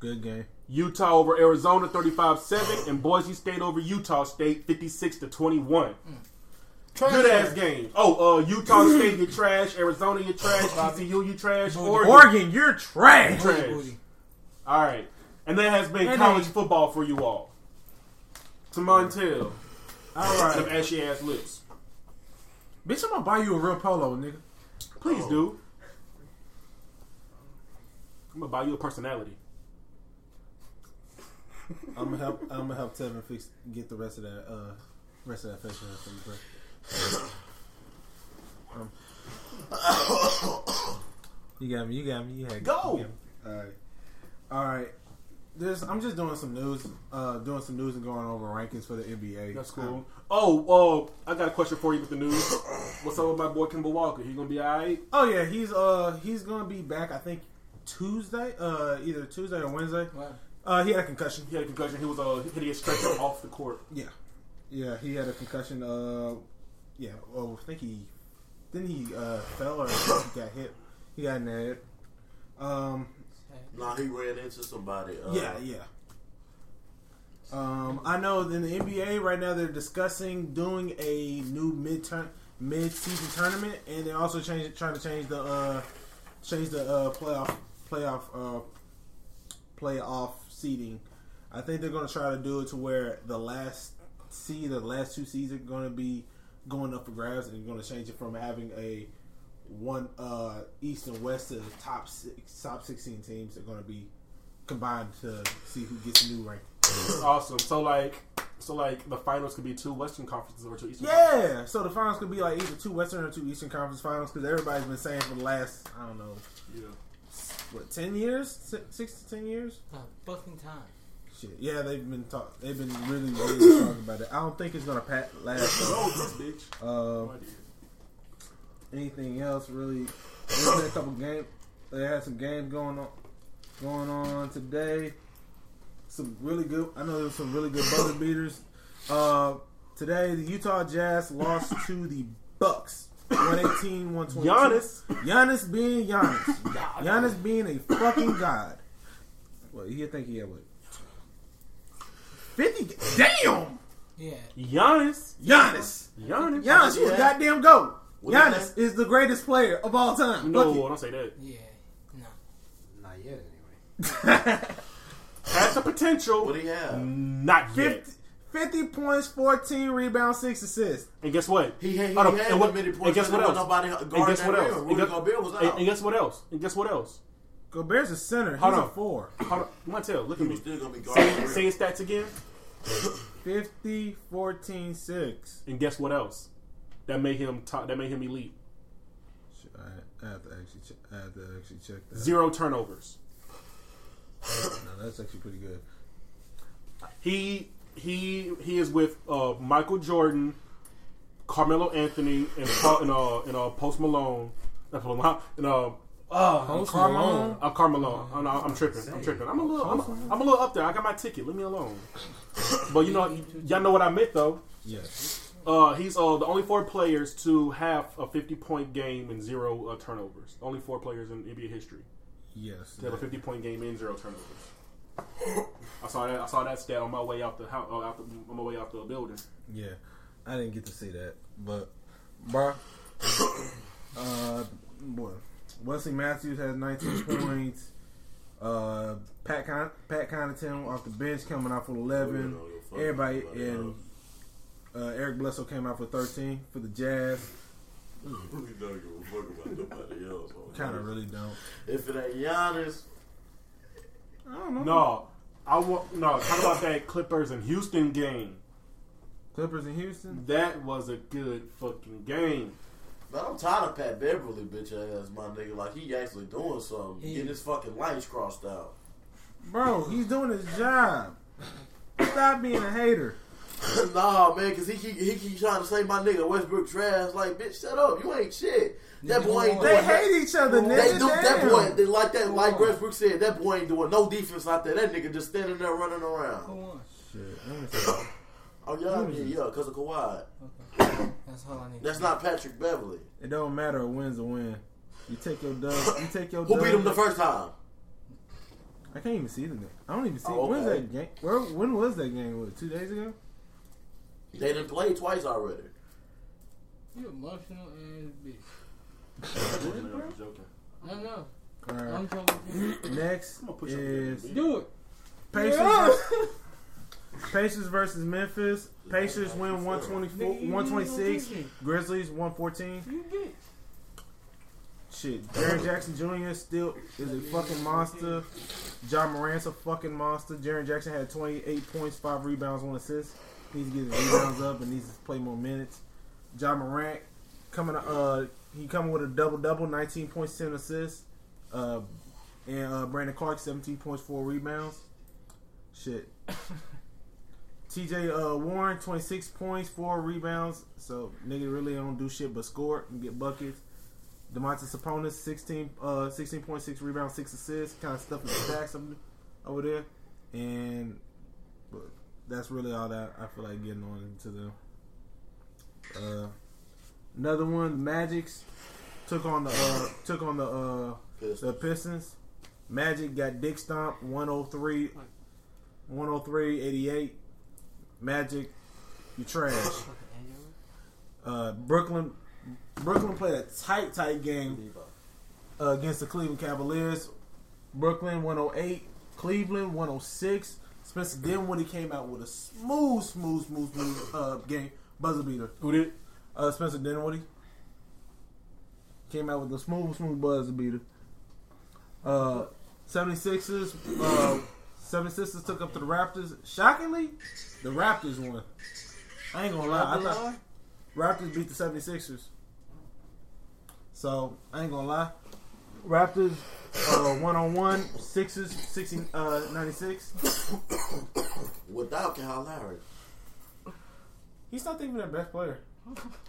good game.
Utah over Arizona 35-7 and Boise State over Utah State 56 to 21. Good ass game. Oh, uh, Utah State you trash, Arizona you trash, TCU you trash, Oregon.
Oregon, you're trash.
Trash.
Booty.
All right. And that has been
And
college
they-
football for you all. To Montel.
All
Some
right,
ashy ass lips.
bitch, I'm gonna buy you a real polo, nigga.
Please
Oh.
do. I'm gonna buy you a personality.
I'm gonna help. I'm gonna help Tevin fix get the rest of that. Uh, rest of that facial hair for you, bro. Um, you got me. You got me. You had
Go.
you got me. All right. All right. There's. I'm just doing some news. Uh, doing some news and going over rankings for the NBA.
That's cool. Oh, uh, I got a question for you with the news. What's up with my boy Kimball Walker? He gonna be alright?
Oh yeah, he's uh he's gonna be back. I think Tuesday. Uh, either Tuesday or Wednesday.
Wow.
Uh, he had a concussion.
He had a concussion. He was uh he had stretched him off the court.
Yeah, yeah, he had a concussion. Uh, yeah. Oh, I think he then he uh fell or he got hit. He got in the head. Um.
Nah, he ran into somebody. Uh,
Yeah. Yeah. Um. I know in the NBA right now they're discussing doing a new mid mid season tournament, and they're also change, trying to change the uh change the uh playoff playoff uh playoff seeding. I think they're going to try to do it to where the last seed, or the last two seeds are going to be going up for grabs, and going to change it from having a one uh, East and West to the top six, top sixteen teams are going to be combined to see who gets a new rank.
Awesome. So like so like the finals could be two Western conferences or two Eastern.
Yeah, so the finals could be like either two Western or two Eastern Conference finals because everybody's been saying for the last I don't know
Conferences.
what ten years, Si- six to ten years.
Uh, fucking time.
Shit, yeah, they've been talk, they've been really really talking about it. I don't think it's gonna pat last.
Yeah. Oh, this bitch.
Uh,
No idea.
anything else really. There's been a couple games. They had some games going on going on today. Some really good. I know there was some really good buzzer beaters. Uh, Today, the Utah Jazz lost to the Bucks. 118 122.
Giannis.
Giannis being Giannis. Giannis being a fucking god. Well, you think he had what? 50. Damn!
Yeah.
Giannis.
Giannis!
Giannis.
Giannis, you a goddamn go.
is
Giannis is the greatest player of all time.
No,
Look
don't say that.
Yeah. No.
Not yet, anyway.
Has the potential.
What do you have?
Not
it.
yet.
50, 50 points, 14 rebounds, 6 assists.
And guess what?
He, he, he
Oh, no,
had
and what-
limited
and
points.
guess what
there was
else?
Nobody
And
guarding
guess
that
what else?
rim. Rudy
And guess-
Gobert was
and-
out.
And guess what else? And guess what else?
Gobert's a center. He's
Hold
a
on.
4.
Hold on. Mattel, look at
he
me.
was still gonna be guarding
Say,
the
say
rim.
his stats again.
50, 14, 6.
And guess what else? That made him top, that made him elite.
Shit, I, I have to actually check, I have to actually check that.
Zero turnovers.
No, that's actually pretty good.
He he he is with uh, Michael Jordan, Carmelo Anthony, and Paul, and, uh, and uh, Post Malone, Not Post Malone, and uh, uh,
Post Malone.
uh Carmelo. Oh, no, I'm tripping. I'm tripping. I'm a little I'm, a- I'm a little up there. I got my ticket. Leave me alone. But you know y'all know what I meant though.
Yes.
Uh, he's uh, the only four players to have a 50 point game and zero uh, turnovers. Only four players in NBA history
Yes.
to have a 50 point game and zero turnovers. I saw that. I saw that stat on my way out the house, uh, out the, on my way out the building.
Yeah. I didn't get to see that. But, bruh. uh, boy. Wesley Matthews has 19 points. Uh, Pat Con- Pat Connaughton off the bench coming out with
Oh,
11. Everybody and uh, Eric Bledsoe came out for 13 for the Jazz.
We don't give a fuck about nobody else.
Kind of really don't.
If it ain't Giannis,
No, I want no. Talk about that Clippers and Houston game.
Clippers in Houston.
That was a good fucking game.
but I'm tired of Pat Beverly, bitch ass, my nigga. Like he actually doing something,
He-
getting his fucking lines crossed out.
Bro, he's doing his job. Stop being a hater.
nah, man, because he keep, he keep trying to say my nigga Westbrook trash. Like, bitch, shut up. You ain't shit. That
Nigga,
boy
come
ain't
on.
doing
They
nothing.
hate each other, nigga.
They do that
Damn.
boy. They like that. Like Westbrook said, that boy ain't doing no defense out there. That nigga just standing there running around.
Who won?
Shit, let me see.
Oh yeah, yeah, yeah, because of Kawhi.
That's all I need.
That's not Patrick Beverly.
It don't matter. A win's a win. You take your dub. You take your
Who
dub.
beat him the first time?
I can't even see the nigga. I don't even see.
Oh,
When's
okay.
that game? Where? When was that game? What? Two days ago?
They didn't play twice already.
You emotional ass bitch.
I'm joking.
No, no.
All
I'm
right.
trying to
Next
I'ma push up
is
there,
do it.
Pacers.
Yeah.
versus- Pacers versus Memphis. Pacers win 124,
Nigga, you
126.
ain't gonna do
Grizzlies 114.
You bitch.
Shit, Jaron Jackson Jr. still is a fucking monster. John Morant's a fucking monster. Jaron Jackson had 28 points, five rebounds, one assist. Needs to get his rebounds up and needs to play more minutes. John Morant coming, uh, he coming with a double double, 19 points, 10 assists. Uh, and uh, Brandon Clark, 17 points, four rebounds. Shit. TJ uh, Warren, 26 points, four rebounds. So nigga really don't do shit but score and get buckets. Demontis Sabonis, 16, uh, 16.6 rebounds, 6 assists, kind of stuff in the stacks up- over there. And but that's really all that I feel like getting on into them. Uh, another one, Magics took on the uh, took on the uh, the Pistons. Magic got dick oh stomp 103 103 88. oh Magic, you trash. Uh, Brooklyn Brooklyn played a tight tight game uh, against the Cleveland Cavaliers. Brooklyn 108, Cleveland 106. Spencer Dinwiddie came out with a smooth, smooth, smooth, smooth uh, game buzzer beater.
Who did?
Uh, Spencer Dinwiddie came out with a smooth, smooth buzzer beater. Uh, 76ers, uh, 76ers took up to the Raptors. Shockingly, the Raptors won. I ain't gonna lie. I thought Raptors beat the 76ers. So, I ain't gonna lie. Raptors, uh, one on one, Sixers, 60, uh, 96.
Without Kyle Lowry,
He's not even their best player.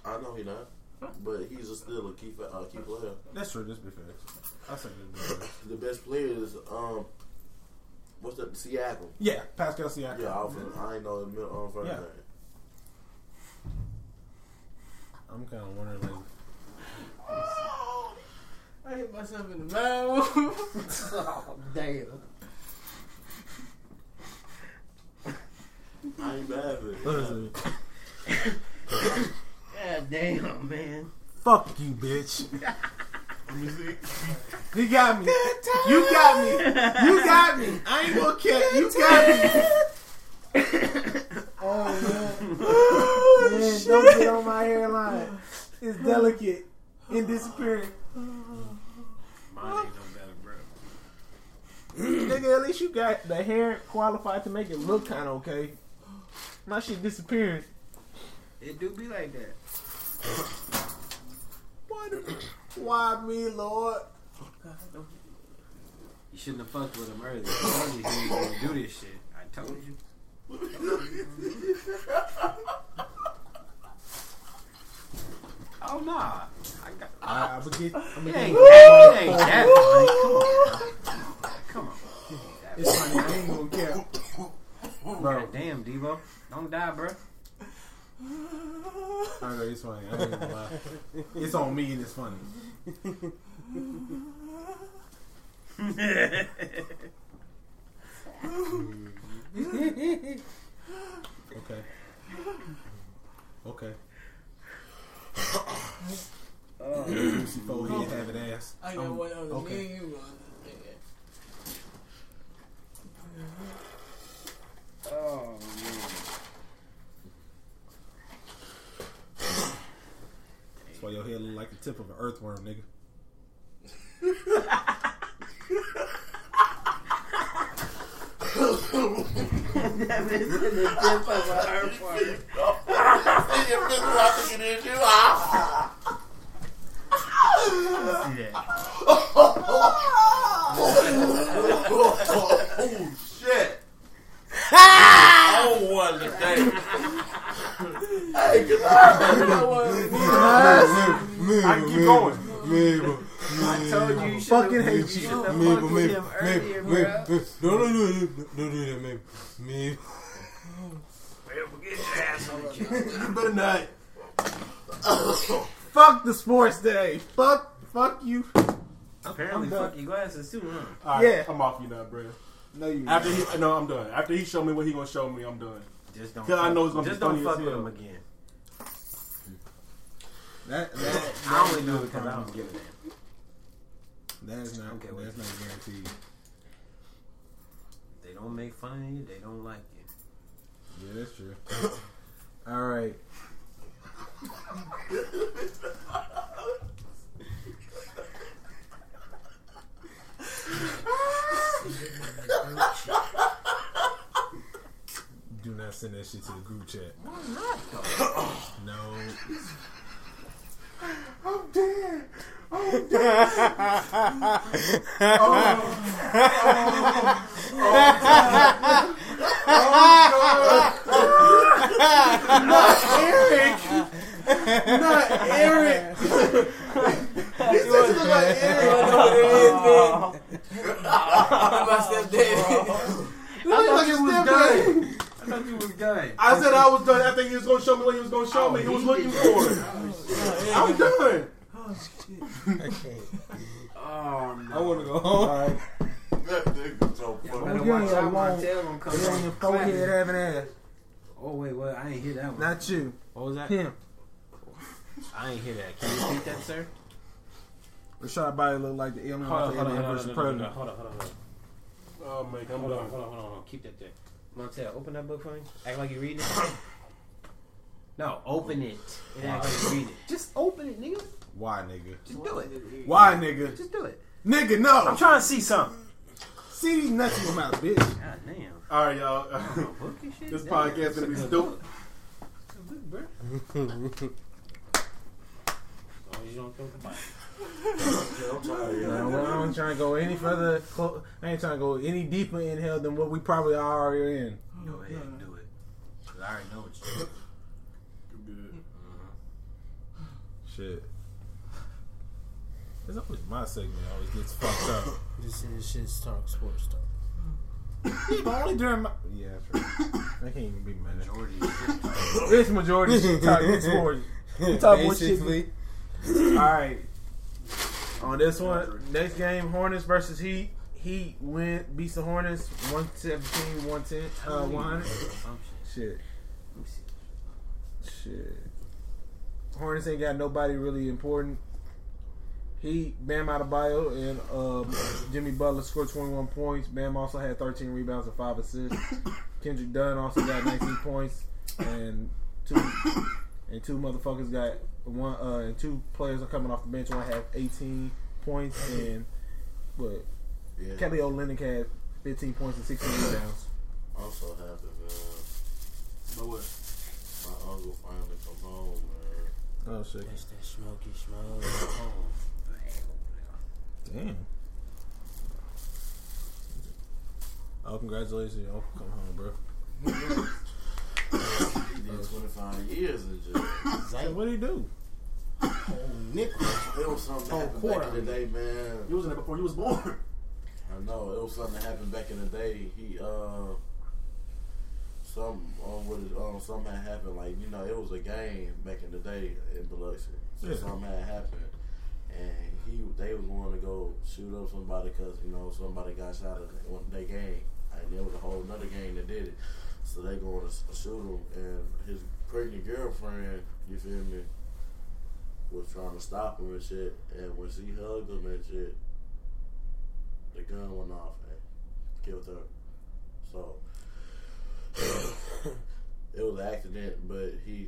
I know he not, but he's a still a key fa- uh, key player.
That's true, this be fair. I say this be fair.
The best player is um, what's that? Siakam.
Yeah, Pascal Siakam.
Yeah, I, was, I ain't know the middle um, first
Yeah.
name.
I'm kind of wondering. Like,
I hit myself in the mouth.
Damn.
I ain't mad at it.
literally,
God damn, man.
fuck you, bitch.
Let me see.
You got me. You got me. You got me. I ain't gonna care. You got me. oh man, man don't get on my hairline. It's delicate and disappearing.
Mine ain't no better, bro.
Nigga, at least you got the hair qualified to make it look kind of okay. My shit disappearing.
It do be like that.
Why, the- why me, Lord?
You shouldn't have fucked with him earlier. I told you he was gonna do this shit. I told you. oh nah. I got
I, I'm gonna get. I'm gonna
it ain't,
get.
it ain't that bad. Come on. Come on.
It's funny. I ain't gonna care. Bro,
God damn, Devo. Don't die, bro.
I know it's funny. I ain't gonna lie. It's on me and it's funny. Okay. Okay. Juicy forehead, have it ass.
I got
Um,
one other.
okay.
Me and you on
oh man.
That's why your head look like the tip of an earthworm, nigga.
See if this watching it is you. Ah, oh shit. Oh, one today. hey, cause I
I can keep going.
I told you you should
Fucking
have
hate you.
should have fucked with him earlier, bro. Don't do that, don't do that, man. Me.
You better not.
Fuck the sports day. Fuck, fuck you.
Apparently,
I'm done.
fuck your glasses too, huh?
All right,
Yeah.
I'm off you now, bro.
No, you.
After he, no, I'm done. After he show me what he gonna show me, I'm done.
Just don't.
Yeah, I know it's gonna be
just
funny
don't
as
fuck with
hell.
him again.
That, that,
I only know because I don't give a damn.
that is not.
Okay, wait.
that's not guaranteed.
They don't make fun of you. They don't like you.
Yeah, that's true. All right. Do not send that shit to the group chat. Why not? No.
Oh, man. I'm
I thought you was done.
I said I was done. I think he was gonna show me what he was gonna
Oh,
show me. He was looking for it. I'm done.
Oh no.
I want to go home. All right.
That nigga so fucking.
Better
We're
watch
getting
out,
along.
Martell gonna come
You're on your
on.
forehead having ass.
Oh wait, what? I ain't hear that one.
Not you.
what was that?
Him.
I ain't hear that. Can you repeat that, sir?
Rashad Body look like the alien off of Alien versus Predator.
hold on, hold on, hold on.
Oh man, I'm
Hold
done.
on, hold on, hold on, hold on. Keep that there. Montel, open that book for me. Act like you're reading it. No, open it and act like you're reading it. Just open it, nigga.
Why, nigga?
Just do it.
Why, nigga?
Just do it.
Nigga, no.
I'm trying to see something.
See these nuts in your mouth, bitch.
God damn.
All right, y'all.
Book and shit.
this
Damn,
podcast
that's
gonna
a
be
good
stupid.
book, bro. Oh, you don't think about it.
Now, well, I ain't trying to go any further. Clo- I ain't trying to go any deeper in hell than what we probably are already in.
Go ahead and do it. 'Cause I already know what you
Shit. It's always my segment that always gets fucked up.
This is shit's talk sports talk.
Yeah, but only during my. Yeah, that's right. I can't even be mad.
Majority.
It's majority shit talking sports. talk more shit.
Basically,
All right. On this one, next game, Hornets versus Heat. Heat win beats the Hornets 117, 110, uh, 100. Shit. Shit. Hornets ain't got nobody really important. He Bam Adebayo and um, Jimmy Butler scored 21 points. Bam also had 13 rebounds and five assists. Kendrick Dunn also got 19 points and two and two motherfuckers got one uh, and two players are coming off the bench. One had 18 points and but
Yeah.
Kelly Olynyk had 15 points and 16 rebounds.
Also happened, man.
But what?
My uncle finally come home, man.
Oh shit!
That's that smoky smoke. Oh,
Damn. Oh, congratulations, y'all! Come home, bro.
He did 25 years in jail.
Hey, what do you do?
It was something that happened back in the day, man.
You was in there before you was born.
I know it was something that happened back in the day. He uh, some um, with his, um, something had happened. Like you know, it was a game back in the day in Biloxi. So
Yeah.
something had happened, and he they was going to go shoot up somebody because you know somebody got shot at one day game, and there was a whole another gang that did it. So they going to s- shoot him, and his pregnant girlfriend. You feel me? Was trying to stop him and shit, and when she hugged him and shit, the gun went off and killed her. So it was an accident, but he,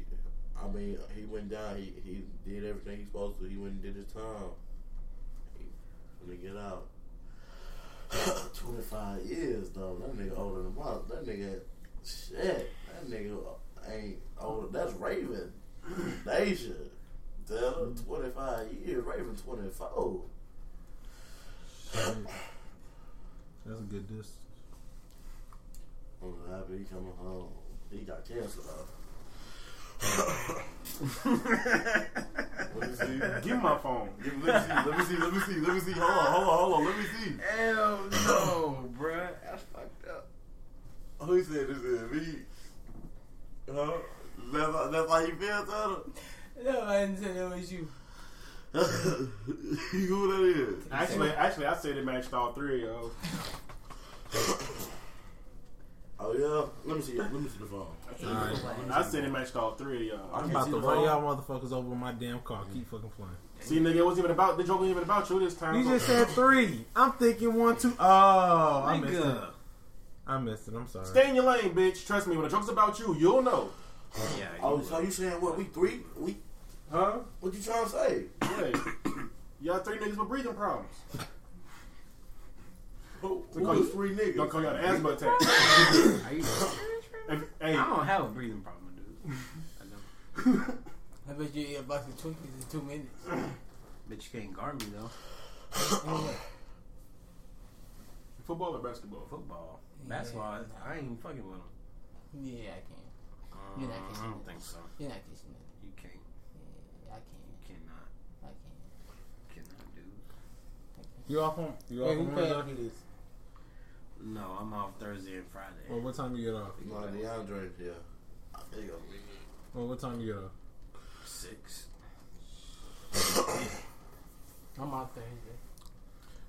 I mean, he went down. He he did everything he's supposed to. He went and did his time. He, when he get out, twenty five years though. That nigga older than my. That nigga, shit. That nigga ain't older. That's Raven. Deja. Tell twenty five years. Raven twenty four.
That's a good diss.
I'm happy he coming home. He got cancer though. let me see. Let
Give me my phone.
me see. Let me see. Let me see. Let me see. Hold on. Hold on. Hold on. Let me see.
Hell no, bruh. That's fucked up.
Who he said this is? Me. Huh? That's how, that's how you feel,
No, I didn't say that was you.
Tanner? Who that is?
Actually, actually, I said it matched all three of y'all.
Oh, yeah? Let me see. Let me see the phone.
I said it matched all three of y'all.
I'm about to run y'all motherfuckers over with my damn car.
Mm-hmm.
Keep fucking playing.
See, nigga, it wasn't even about the joke. Wasn't even about you this time.
You just said three. I'm thinking one, two. Oh, I missed it.
Nigga.
I missed it. I'm sorry.
stay in your lane, bitch. Trust me, when the joke's about you, you'll know,
Yeah,
Oh, so you saying what? We three? We?
huh?
What you trying to say?
Hey, y'all three niggas with breathing problems.
Who,
Don't call
who
you-
is three niggas?
Don't call y'all an asthma attack.
Are you serious, bro?
If- hey,
I don't have a breathing problem, dude. I know.
I bet you eat a box of Twinkies in two minutes.
But you can't guard me, though.
football or basketball?
Football. Basketball, I ain't even fucking with them.
Yeah, I can.
Um,
You're not kissing
I don't
it.
think so.
You're not kissing it.
You can't.
Yeah, I can.
You cannot.
I can.
Cannot, dude.
You off on? You off
Wait, who
on
playing
Wednesday?
No, I'm off Thursday and Friday.
Well, what time you get off?
No, DeAndre, yeah. There you go.
Well, what time you get off?
Six.
I'm out Thursday.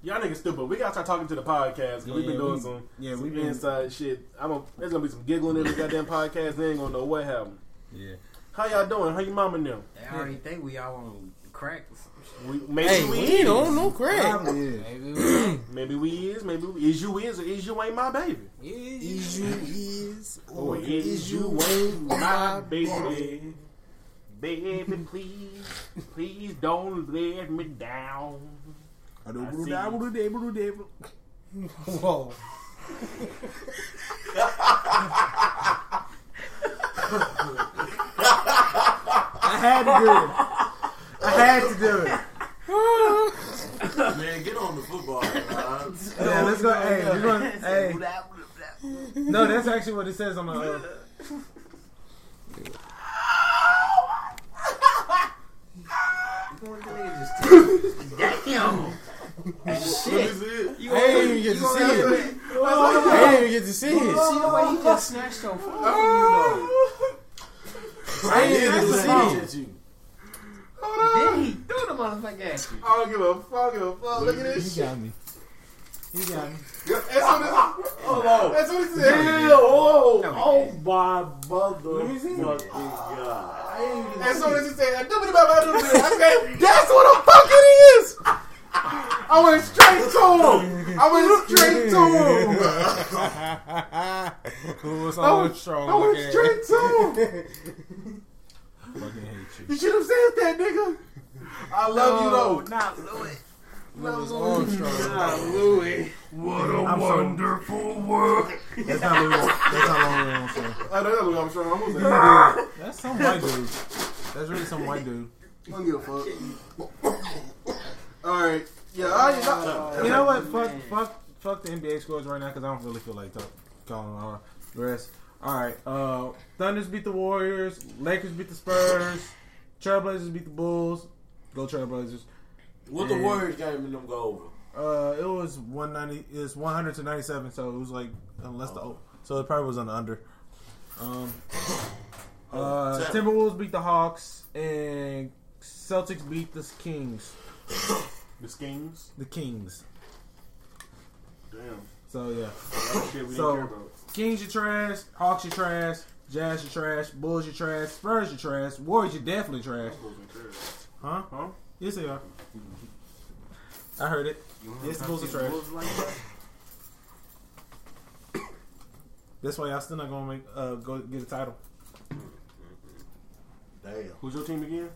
Y'all niggas stupid. We gotta start talking to the podcast. 'cause we've been
Yeah,
doing
we-
some,
yeah,
some
we've been-
inside shit. I'm a, there's gonna be some giggling in the goddamn podcast. They ain't gonna know what happened.
Yeah.
How y'all doing? How your mama now?
They already think we all on crack. or some shit.
We, maybe we,
We
is.
don't know crap.
Probably is.
Maybe we
Maybe we is. Maybe we, is you is or is you ain't my baby.
Is
Is you is or
Or is, you ain't my baby? Baby, please, please don't let me down. I see.
Whoa.
I had to do it. I had to do it.
Man, get on the football, man.
Yeah, let's go. Hey, we're going. Hey. No, that's actually what it says on the. Uh,
Damn!
I didn't even get to see it. I didn't even get to see it.
See the way he just snatched your phone?
I
ain't even
did
get to
the
see
same shit you.
He threw the motherfucker at you.
I don't give a fuck. I don't give a fuck. Look at this
He
shit.
got me. He got me.
That's what
Oh,
it- Hold on.
That's what he
Damn,
said.
oh,
No,
oh my
me see. Ah,
motherfucking god.
I
As soon as he said, I do it about my doobity," I said, that's what the fuck it is. I went straight to him. I went straight to him.
Who was
I
on
went,
strong?
I went
okay.
straight to him.
Fucking hate you.
You should have said that, nigga. I love you though.
Not Louis.
Armstrong.
Louis.
What a wonderful world.
That's not Louis. That's not Louis Armstrong.
I know that look, I'm sure. I'm gonna
That's some white dude. That's really some white dude.
I don't give a fuck. All right. Yeah, I,
You know what? Fuck, fuck, fuck the NBA scores right now because I don't really feel like talk, calling on the rest. All right. Uh, Thunder's beat the Warriors. Lakers beat the Spurs. Trailblazers beat the Bulls. Go Trailblazers.
What
the Warriors
game in them go over?
Uh, it was one ninety. It's one hundred to ninety seven. So it was like unless the so it probably was on the under. Um, uh, Timberwolves beat the Hawks and Celtics beat the Kings.
The schemes.
The Kings.
Damn.
So yeah,
That shit we
So-
didn't care about.
Kings you trash, Hawks you trash, Jazz you trash, Bulls you trash, Spurs you trash, Warriors you definitely trash. Huh?
Huh?
Yes they are. I heard it. Yes, the Bulls are trash. That's why y'all still not gonna make uh go get a title.
Damn.
Who's your team again?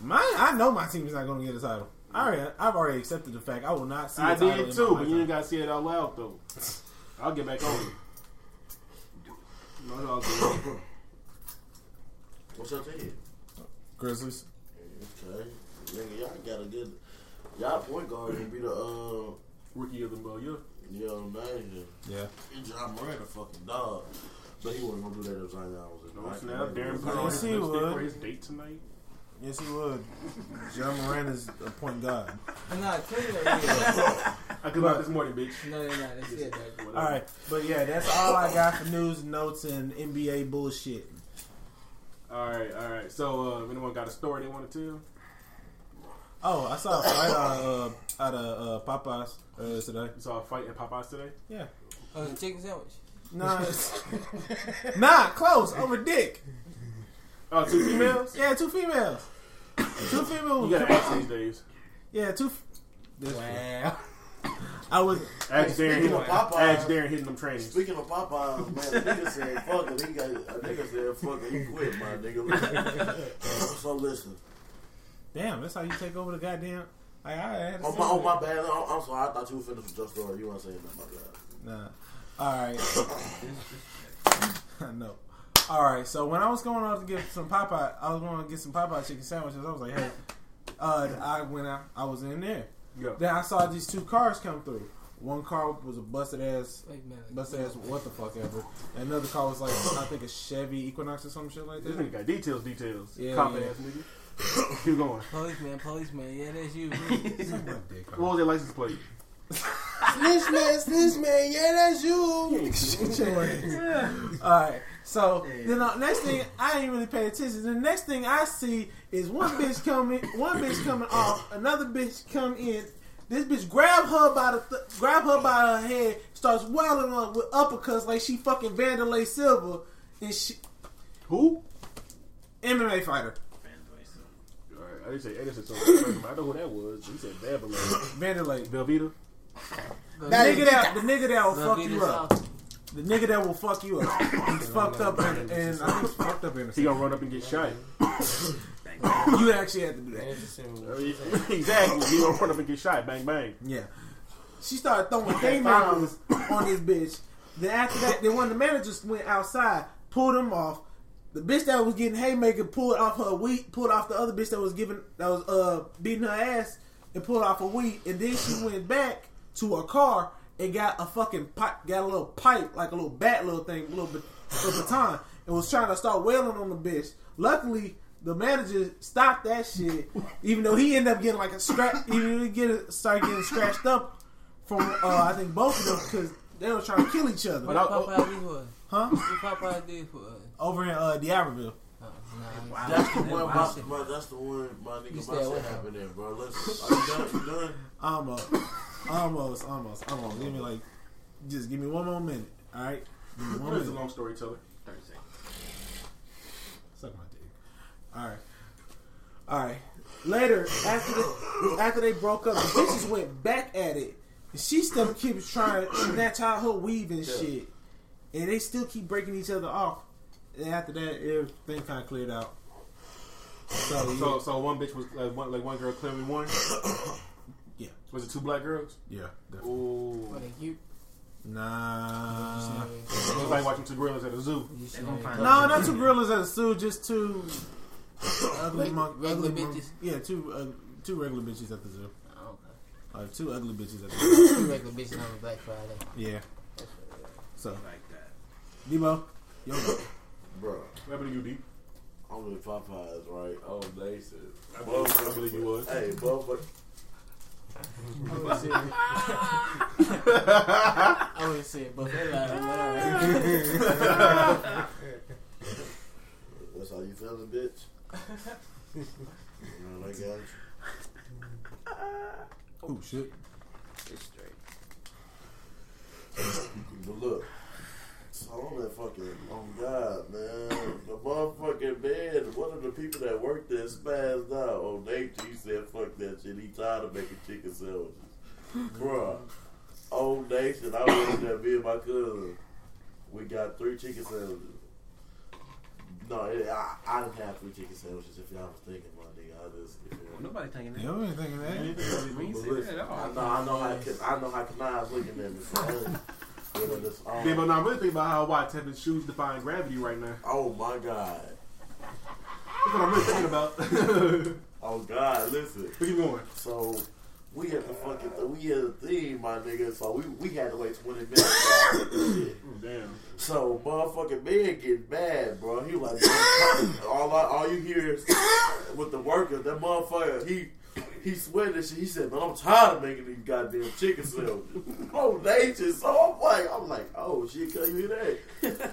Mine, I know my team is not going to get a title. I already, I've already accepted the fact I will not see. a
I
title in
did
my
too, but you
lifetime.
didn't gotta say it out loud though. I'll get back on it. No, no, I'll do it.
What's up to you?
Grizzlies.
Okay. Nigga, y'all gotta get. Y'all point guard and be the, uh,
Rookie of the ball, yeah.
you know, manager.
Yeah,
John Moran a fucking dog. But he wasn't gonna do that if Zion was in
No, it's now Darren put
I
on his
see
lipstick
what-
for his date tonight.
yes he would. John Moran is a point guard.
I'm not telling you. that
I come out this morning, bitch.
yet. No, no, no. That's it. baby.
All right, but yeah, that's all I got for news, notes, and NBA bullshit.
All right, all right. So, uh, if anyone got a story they want to tell,
Oh, I saw a fight out of, uh, out of uh, Popeyes uh, today.
you saw a fight at Popeyes today.
Yeah,
Oh, the chicken sandwich.
nah, it's, nah, close over dick.
Oh, two females.
Yeah, two females. Two
You
females.
gotta ask these days.
Yeah, two. F- this- I was.
Ask Darren, hitting,
Speaking of Popeyes-
ask Darren hitting them trainings.
Speaking of Popeyes, man, the nigga said fuck it. He got, a nigga said fuck it. He quit, my nigga. so listen,
Damn, that's how you take over the goddamn. Like, I had to
on
say
Oh, my,
that.
on my bad. I'm, I'm sorry. I thought you were finished with your story. You want to say nothing about that?
Nah. All right. I know. All right. So when I was going out to get some Popeye, I was going to get some Popeye chicken sandwiches. I was like, hey, uh, I went out. I was in there.
Yeah.
Then I saw these two cars come through. One car was a busted ass,
Wait a minute.
busted ass, what the fuck ever. And another car was like, I think a Chevy Equinox or some shit like
This
that.
nigga got details, details.
Yeah,
Cop
yeah.
ass nigga. Keep going.
Policeman, policeman. Yeah, that's you.
Suck my dick.
What was their license plate?
Snitch man, snitch man, yeah, that's you.
All right. So then the next thing I didn't really pay attention. The next thing I see is one bitch coming, one bitch coming off, another bitch come in. This bitch grab her by the th- grab her by her head, starts wailing on with uppercuts like she fucking Vandalay Silver, and she
Who?
MMA fighter
All right, I didn't say Edison. So I know who that was. He said Babylon.
Vandalay.
Velveeta.
That
Nigga that the nigga that will
Love
fuck
you
you
to
up.
South.
The nigga that will fuck you up. He's fucked up and, and I think he's fucked up in
He gonna run up and get shot.
You actually had to do that.
I mean,
Mm-hmm.
exactly. He gonna run up and get shot. Bang bang.
Yeah. She started throwing haymakers on this bitch. Then after that, then one of the managers went outside, pulled him off. The bitch that was getting haymaker pulled off her weed, pulled off the other bitch that was giving that was uh beating her ass and pulled off her weed. And then she went back to her car and got a fucking pipe, got a little pipe, like a little bat little thing, little, bit, little baton, and was trying to start wailing on the bitch. Luckily, the manager stopped that shit, even though he ended up getting like a scratch, even though he get started getting scratched up from uh, I think both of them because they were trying to kill each other
What Popeye did for us?
Huh?
What Popeye did for us?
over in uh, D'Iberville.
Oh,
That's the one. My,
Watch it.
my, that's the one. My nigga,
stay
my
away
shit
from
happened there, bro. Let's. Are you done? You done?
Almost, almost, almost, almost. Give me like, just give me one more minute. All right, give me one
What is a
minute.
long storyteller?
Suck my dick. All right, all right. Later, after the, after they broke up, the bitches went back at it. And she still keeps trying to snatch out her weave and shit, and they still keep breaking each other off. And after that, everything kind of cleared out. So, yeah.
So, so one bitch was like one, like one girl clearly won.
Yeah.
Was it two black girls?
yeah, definitely.
Ooh.
What a you.
nah.
It was like watching two gorillas at a zoo.
They gonna find
No, not two gorillas at a zoo, just two ugly
Reg-
monk,
regular
ugly monk-
bitches.
Yeah, two uh, two regular bitches at the zoo.
Okay.
Uh, two ugly bitches at the zoo.
Two regular bitches on the Black Friday.
yeah. So,
like that.
Debo, yo,
Bro,
I believe you deep.
I'm in Popeyes, right? Oh, they said. I
I believe you was.
Hey, motherfucker.
I wouldn't say it, but they like, alright.
That's how you feeling, bitch? you know, like that?
oh shit.
It's straight.
But look, so on that fucking, oh God, man, the motherfucking bed. One of the people that worked there spazzed out. Oh, Nate, he said, "Fuck that shit." He tired of making chicken sandwiches, bruh. Old Nation, I was in there. Me and my cousin, we got three chicken sandwiches. No, it, I, I didn't have three chicken sandwiches. If y'all was thinking, my nigga, I just. If
Well, nobody thinking that.
You don't even think of that.
We ain't
but
say that
listen,
at all.
I know, I know how, I know how Kanai's looking at me. So, hey, you know, this, um,
Yeah, but now I'm really thinking about how Watt's having shoes defying gravity right now.
Oh my god.
That's what I'm really thinking about.
Oh god, listen.
Keep going.
So we had the fucking we had a theme, my nigga. So we we had to wait twenty minutes. for all this shit.
Damn.
so motherfucking man getting mad, bro. He was like "Man, fuck it." all I, all you hear is with the worker that motherfucker he. He sweating and shit. He said, "Man, I'm tired of making these goddamn chicken sandwiches." oh, they just so I'm like, I'm like, oh shit, can you hear that?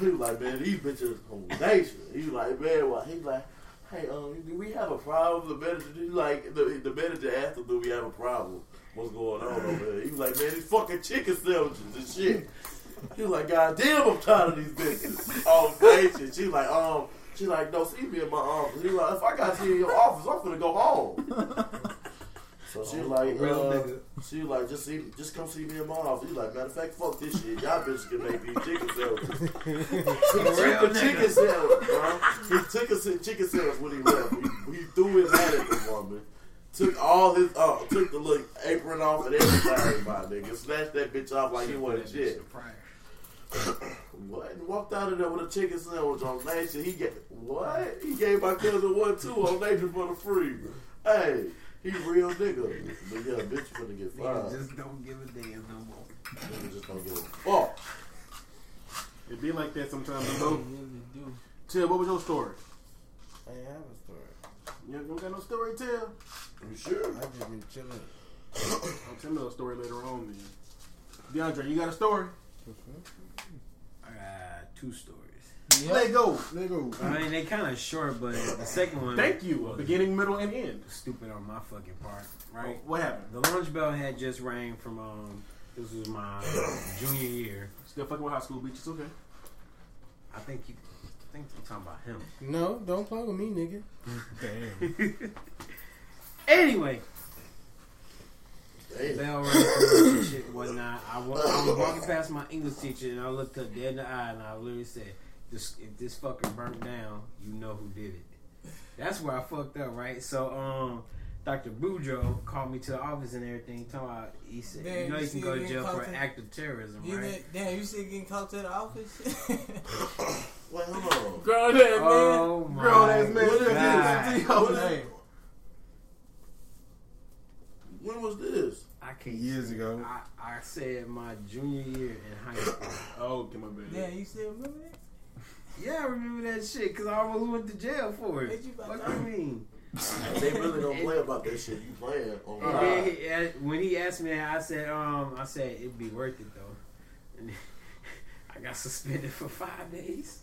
he was like, man, these bitches on nation. He's like, man, why? He's like, hey, um, do we have a problem? The manager, he's like, the, the manager asked him, do we have a problem? What's going on over there? He was like, man, these fucking chicken sandwiches and shit. He was like, God damn, I'm tired of these bitches. Oh, nation. She like, um, she like, don't see me in my office. He like, if I got you in your office, I'm gonna go home. So she like,
Oh, Real
uh,
nigga.
she like, just see, just come see me in my office. He like, matter of fact, fuck this shit. Y'all bitches can make these chicken sandwiches. He took a chicken sandwich, bro. He took a sa- chicken sandwich when he left. He, he threw his hat at the woman. Took all his, uh, took the little apron off and everything, my nigga. Snatched that bitch off like he wasn't shit. What? Walked out of there with a chicken sandwich on Nation. He get what? He gave my cousin one too on Nation for the free. Hey, he real nigga. But yeah, bitch, finna get fired. Nigga
just don't give a damn no more.
just don't give a fuck.
It be like that sometimes, you know. Till, what was your story?
I ain't have a story.
You don't got no story, Till?
You sure?
I just been chilling.
I'll tell me a story later on, man. DeAndre, you got a story?
I got two stories.
Let go.
Nigga,
I mean, they kind of short, but the second one
Thank you.
was
Beginning, middle, and end.
stupid on my fucking part, right?
What happened?
The lunch bell had just rang from um. This was my junior year.
Still fucking with high school bitches, okay?
I think you. I think I'm talking about him.
no, don't play with me, nigga.
Damn.
Anyway,
Damn.
bell rang for lunch and shit and whatnot. I wa- I was walking past my English teacher and I looked her dead in the eye and I literally said, this, "If this fucking burnt down, you know who did it." That's where I fucked up, right? So, um, Dr. Boudreaux called me to the office and everything. Talking about, he said,
Damn,
"You know
you
you can
see you
go to
getting
jail for
caught
an
in-
act of terrorism,
You
right?"
did- damn, you still getting called to the office?
Wait, hold on.
Grown ass man.
Oh my
Grown ass man. What is
God.
this? What is this?
When was this?
I can't.
Years ago.
I, I said my junior year in high school.
Oh, get my baby.
Damn, you still remember that?
yeah, I remember that shit because I almost went to jail for it.
Bitch, you about
What
to-
do you mean?
They really don't play about that shit. You playing on
And then
live.
he, asked- when he asked me, that, I said, um, I said it'd be worth it though. And I got suspended for five days.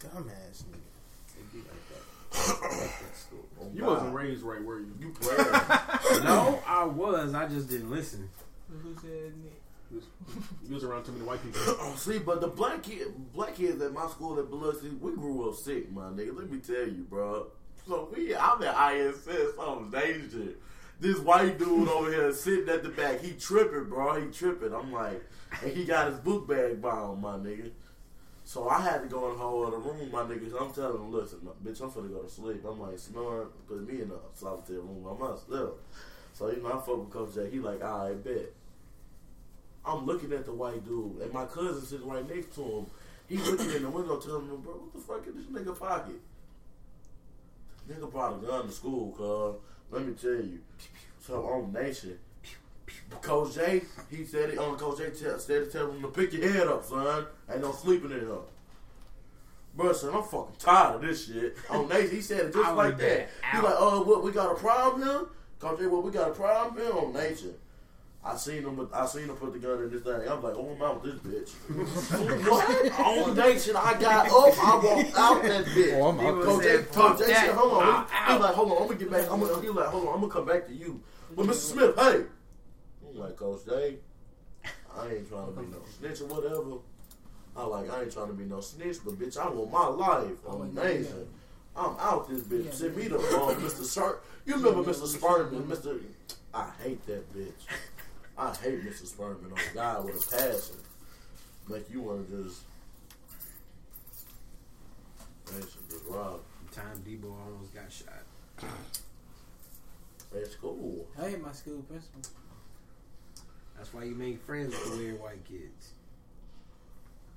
Dumbass nigga.
It be like that. Like that school.
You wasn't raised right, were you?
You playing?
No, I was. I just didn't listen.
Who said Nick?
You was around too many white people.
See, but the black kid, black kids at my school at Biloxi, we grew up sick, my nigga. Let me tell you, bro. So we, I'm at ISS, I'm danger. This white dude over here sitting at the back, he tripping, bro. He tripping. I'm like, and he got his book bag bound, my nigga. So I had to go in the whole other room, my nigga. 'cause I'm telling him, listen, bitch, I'm finna go to sleep. I'm like, snore, put me in a solitary room by myself. So you know, I fuck with Coach J. He like, I bet. I'm looking at the white dude, and my cousin sitting right next to him. He's looking in the window, telling him, "Bro, what the fuck in this nigga pocket?" Nigga brought a gun to school, cuz. Let me tell you. So on nation, Coach J, he said it. On Coach J tell, said to tell him to pick your head up, son. Ain't no sleeping in here. Bro, son, I'm fucking tired of this shit. On nation, he said it just
I
like
would've
that.
been
He
out.
like, uh, what? We got a problem? Coach J, what? We got a problem here on nation. I seen him. I seen him put the gun in this thing. I'm like, oh, I'm out with this bitch. what? On nation, I got up. I walked out that bitch.
Oh, I'm out
Coach
there.
J, Coach J
Fuck
said,
that.
hold on.
I'm
He was like, hold on. I'm gonna get back. I'm gonna. He was like, hold on. I'm gonna come back to you. But Mr. Smith, hey. I'm like, Coach J, I ain't trying to be no snitch or whatever. I like, I ain't trying to be no snitch, but bitch, I want my life. on nation. I'm out this bitch. Send me the um, Mr. Shark. You remember Mr. Spartan, Mr. I hate that bitch. I hate Mr. Sperman on God with a passion. Like you want to just, man, should just rob
Time Debo almost got shot.
at school.
I hate my school principal.
That's why you make friends with the weird white kids.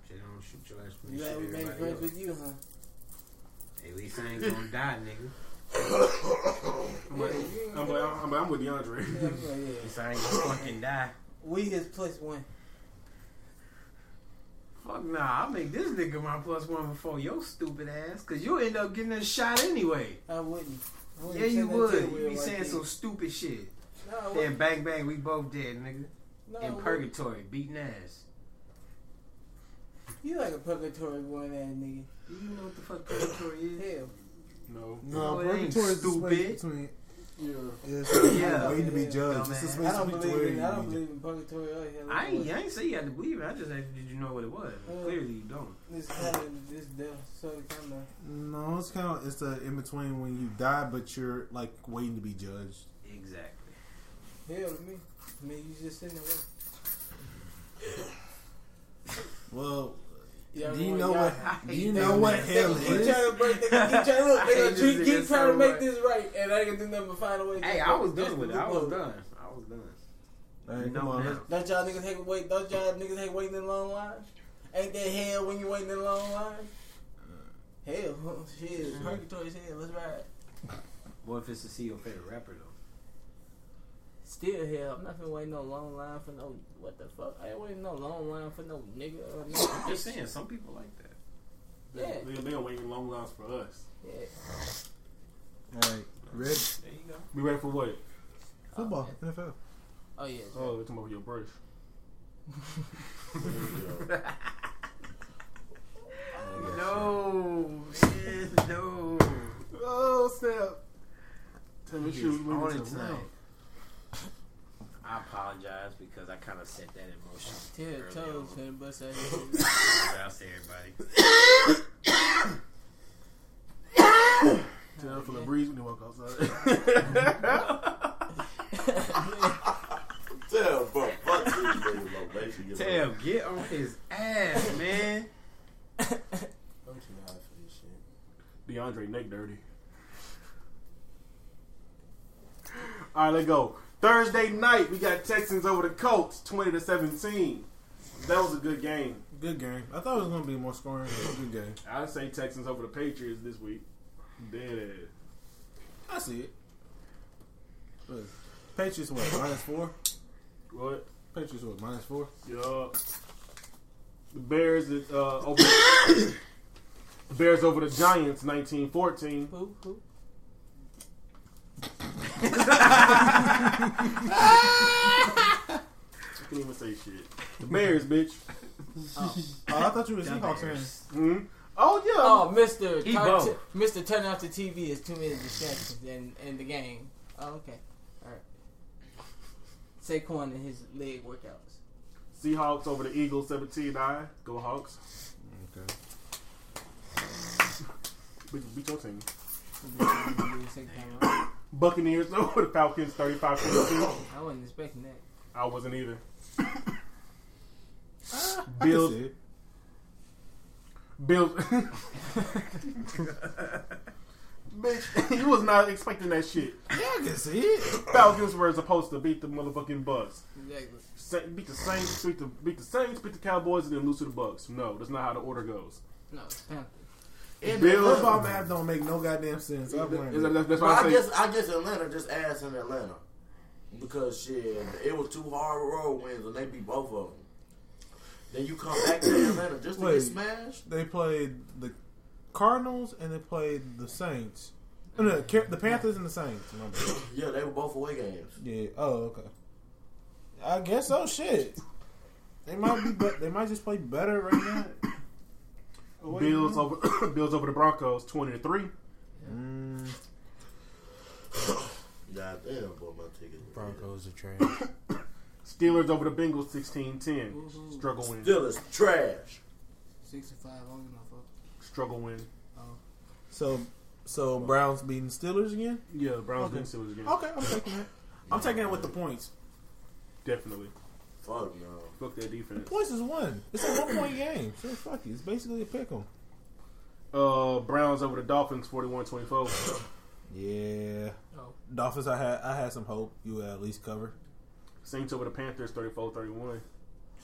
They don't shoot your ass. when
You
you
glad we
shoot
made
everybody
friends
else.
with you, huh?
At least I ain't gonna die, nigga.
I'm like, I'm, like, I'm, like, I'm with
Yeah,
DeAndre.
yeah,
At
yeah.
least I ain't gonna fucking die.
We is plus one.
Fuck nah, I'll make this nigga my plus one before your stupid ass, cause you'll end up getting a shot anyway.
I wouldn't. I wouldn't
Yeah,
say
you
that
would.
to a
You
weird
be
white
saying
kid.
some stupid shit.
No, I
Then
wouldn't.
bang bang, we both dead, nigga.
No, I
In
wouldn't.
purgatory, beating ass.
You like a purgatory born ass nigga.
Do you know what the fuck purgatory is?
Hell.
no.
No, it ain't
is the space
stupid.
Between,
Yeah.
it's a
Yeah.
waiting to be judged. It's a
Dumbass.
space
I don't
between
believe
where
in. I
you
don't
need it.
believe in Oh, purgatory or hell.
I ain't, I ain't say you had to believe it. I just asked, did you know what it was?
Uh.
Clearly, you don't.
This kind of this death sort of kind of.
No, it's kind of it's the in between when you die, but you're like waiting to be judged.
Exactly.
Hell to me. I mean, you just sitting there. waiting.
Well,
Yeah,
do you
everyone,
know
y'all-
what?
I
Do you
hate
know
this
what
man.
hell
He trying
is?
to break. They, he trying to look.
I
They
hate
gonna
this
keep,
nigga
keep
so
trying to make
much.
this right, and I can do nothing but find a way. to
Hey,
get
I
it.
was
That's
done with it.
the
I was
loophole.
done. I was done.
Hey,
You
come
know
on,
now.
Don't
let's-
y'all niggas hate wait? Don't y'all niggas hate waiting in long lines? Ain't that hell when you waiting in long lines? Hell, huh,
Mm-hmm.
shit, purgatory's hell. Let's ride.
What if it's to see your favorite rapper though?
Still hell. I'm not finna wait no long line for no what the fuck. I ain't waiting no long line for no nigga or no
Just
bitch.
saying, some people like that.
Yeah,
They, they are waiting long lines for us.
yeah.
All right, red
There you go.
We ready for what?
football, NFL.
Oh yeah.
Oh, we're talking about your brush.
No, man, no.
Oh, snap. Tell me she was
He's on
leaving
it
tonight.
tonight. I apologize because I kind of set that in motion.
Tell
early
toes
on.
finna bust out here.
I'll say everybody.
Tell her for the breeze when they walk outside.
Tell bro, fuck these niggas on nation. you know.
Tell, get on his ass, man.
I'm too high for this shit.
DeAndre neck dirty. All right, let's go. Thursday night, we got Texans over the Colts, twenty to seventeen. That was a good game.
Good game. I thought it was gonna be more scoring. but Good game.
I'd say Texans over the Patriots this week. Dead.
I see it. Look, Patriots what minus four?
What?
Patriots what minus four?
Yup. The Bears is uh, over. the Bears over the Giants, nineteen fourteen.
Who? Who?
I can't even say shit. The Bears, bitch.
Oh, I thought you were Seahawks
Dumbass.
fans.
hmm Oh yeah.
Oh, Mister,
He
turn,
both.
Mister, turn off the TV is too many distractions in, in the game. Oh, okay, all right. Saquon and his leg workouts.
Seahawks over the Eagles 17-9. Go Hawks.
Okay.
We can beat your team.
I
Buccaneers over the Falcons 35-22.
wasn't expecting that.
I wasn't either.
I can
Bills
see it.
Bills. Bitch, you was not expecting that shit.
Yeah, I can see it.
Falcons were supposed to beat the motherfucking Bucks.
Exactly.
Sa- Beat the Saints, beat the beat the Saints, beat the Cowboys, and then lose to the Bucks. No, that's not how the order goes.
No, it's Panthers.
Bills.
Football math don't make no goddamn sense.
Is that-
I've learned. it.
That's, that's
But
why
I
I say.
guess I guess Atlanta just ass in Atlanta because shit, it was two hard road wins and they beat both of them. Then you come back to Atlanta just to
Wait.
get smashed.
They played the Cardinals and they played the Saints. No, no, Ca- the Panthers and the Saints. my bad.
Yeah, they were both away games.
Yeah. Oh, okay. I guess so. Shit. They might be. But they might just play better right now. Away
Bills
from
over Bills over the Broncos, twenty to three.
home. Mm,
God damn, bought my ticket.
Broncos are trash.
Steelers over the Bengals, 16-10. Struggle win.
Mm-hmm. Still is trash.
Six and five only, motherfucker.
Struggle win.
so, so Browns beating Steelers again.
Yeah, Browns
Okay.
beat Steelers again.
Okay, I'm taking that. I'm taking it with the points.
Definitely.
Fuck no.
Fuck that defense.
Points is one. It's a one point game. So fuck it. It's basically a pick 'em.
Uh, Browns over the Dolphins, 41-24.
Yeah.
Oh.
Dolphins. I had I had some hope. You would at least cover.
Saints over the Panthers, 34-31.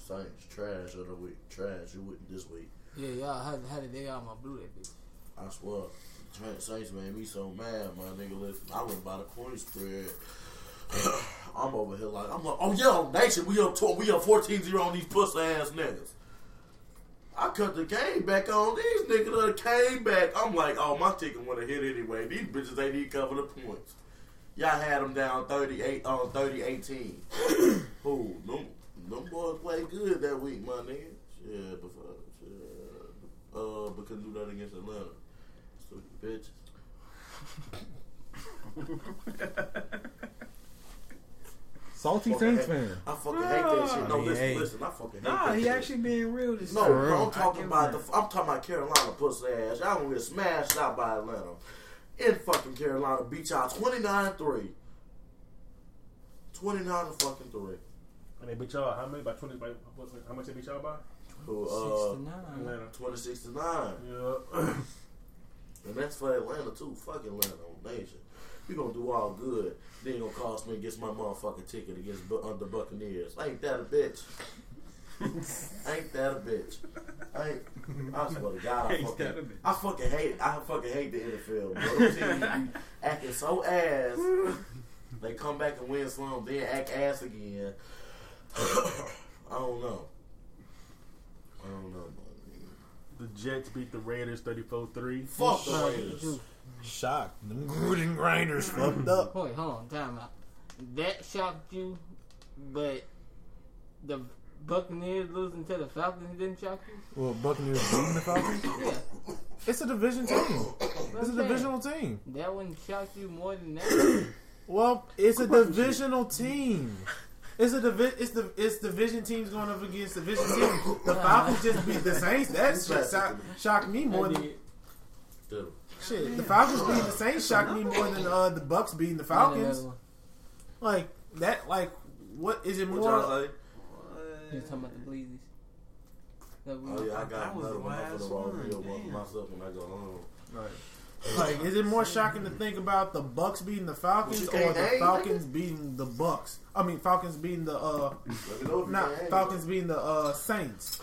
Saints trash of the week. Trash. You wouldn't this week.
Yeah, y'all. How, how did they got my blue that bitch?
I swear. Trent Saints made me so mad, my nigga. Listen, I went by the corner spread. I'm over here like I'm like, oh yeah, nation, we up tw- we up 14-0 on these pussy ass niggas. I cut the game back on these niggas done came back. I'm like, oh my ticket would have hit anyway. These bitches ain't even cover the points. Y'all had them down 38 on 30 18. Who? Them, them boys played good that week, my nigga. Yeah, but fuck, yeah. Uh, but couldn't do that against Atlanta. Stupid bitches.
Salty
Fucking
Saints
hate-
fan.
I fucking hate that shit. No,
I mean,
listen,
hey.
listen. I fucking hate
Nah,
that
he
shit.
actually being real this
No,
time.
bro, I'm
I
talking
give
about the.
him
f- I'm talking about Carolina pussy ass. Y'all gonna get smashed out by Atlanta. In fucking Carolina, beat y'all 29-3. 29 to fucking three.
And they beat y'all how many? By twenty? By what's it- how much they beat y'all by?
Who
Six to
uh,
nine.
Atlanta.
26 to nine.
Yeah.
And that's for Atlanta too. Fuck Atlanta on nation. We gonna do all good. Then gonna cost me against my motherfucking ticket against Bu- uh, the Buccaneers. Ain't that a bitch? Ain't that a bitch? Ain't I swear to God, I
Ain't
fucking,
that a bitch.
I fucking hate, I fucking hate the NFL. Bro. Them teams be acting so ass. They come back and win some, then act ass again. I don't know. I don't know. man.
the Jets beat the Raiders 34-3.
Fuck the Raiders.
Shocked. Them Gruden grinders fucked up.
Wait, hold on, time out. That shocked you, but the Buccaneers losing to the Falcons didn't shock you.
Well, Buccaneers beating the Falcons.
Yeah,
It's a division team. It's a
Okay.
divisional team.
that one shocked you more than that.
Well, it's a divisional team. It's a divi- it's the it's division teams going up against division teams. The Falcons just beat the Saints. That shit shock- shocked me more than
Dude.
shit. The Falcons beating the Saints shocked me more than uh, the Bucks beating the Falcons. Like that. Like what is it
What
more?
y'all say?
You talking about the Bleezies? That we-
Oh yeah, I got
That was
another
the
one. I'm
last
gonna roll
one,
real one for
damn.
myself when I go home.
Like is it more shocking to think about the Bucks beating the Falcons
you
or
can't
the
hang,
Falcons beating the Bucks? I mean Falcons beating the uh
Let me know if you
not
can hang.
Falcons beating the uh Saints.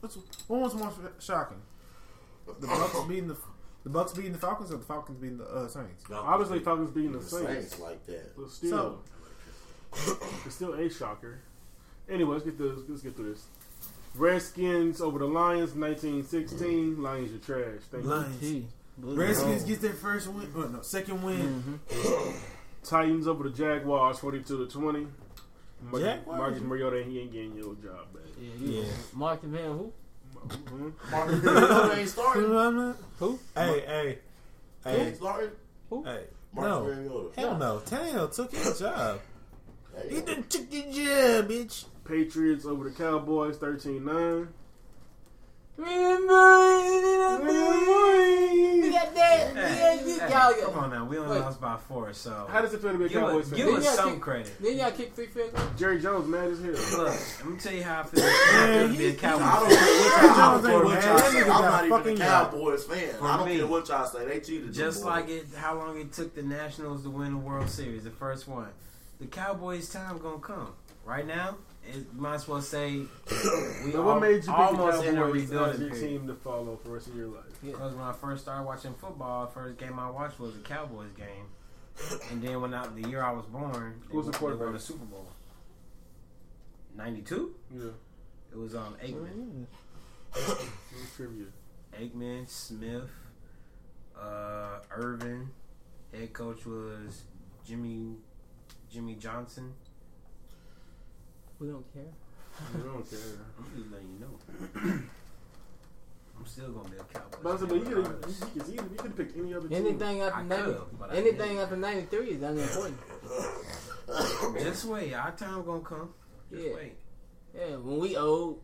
What's what was more shocking? The Bucks beating the the Bucks beating the Falcons or the Falcons beating the uh, Saints?
Obviously, Falcons beating the
the Saints
Saints.
like that.
But still,
So-
it's still a shocker. Anyway, let's get through, let's get through this. Redskins over the Lions, 19-16. Lions are trash. Thank you.
Gee, Blue-
Redskins get their first win. Oh, no, second win.
Titans over the Jaguars, 42 to 20. Marcus,
Jaguars?
Marcus Mariota, he ain't getting your job back.
Yeah, you
Yeah.
Mark the man who?
Marcus Mariota ain't starting.
Who?
Hey, hey,
He
hey,
ain't starting.
hey.
Marcus
No.
Mariota.
Hell no. Tannehill took his job.
Hey,
He done took your job, bitch.
Patriots over the Cowboys 13 9.
We got that. We got y'all.
Come on now, we only
Wait.
lost by four, so
How does it feel to be a
give, us-
Cowboys fan?
give
Yeah,
us some
kick-
credit.
Then y'all kick three field goals.
Jerry Jones mad as hell.
Look, I'm gonna tell you how I feel. I feel to be a
I
Cowboy.
don't care what y'all
Jones ain't
for
winning. That
what y'all say.
nigga
I'm
got
not even
fucking
a
got-
Cowboys fan.
For
I don't
me.
care what y'all say. They cheated.
Just like it, how long it took the Nationals to win the World Series, the first one. The Cowboys' time gonna come. Right now, it might as well say we
Now,
al-
what made you pick
almost
the
in a
Cowboys as
rebuilding
your
period.
team to follow for the rest of your life?
Because when I first started watching football, the first game I watched was a Cowboys game, and then when I, the year I was born, they,
Who was the
won- they
quarterback?
won the Super Bowl. Ninety-two.
Yeah,
It was um Aikman,
trivia.
Aikman, Smith, uh, Irvin. Head coach was Jimmy Jimmy Johnson.
We don't care.
I don't care.
I'm just letting you know. I'm still gonna be a Cowboys.
But I said, but
fan,
you could have
regardless.
you could pick any other team.
Anything
I
after ninety,
could've, but I
anything
didn't.
after ninety three is unimportant.
Just wait, our time gonna come. Just
Yeah.
wait.
Yeah, when we old,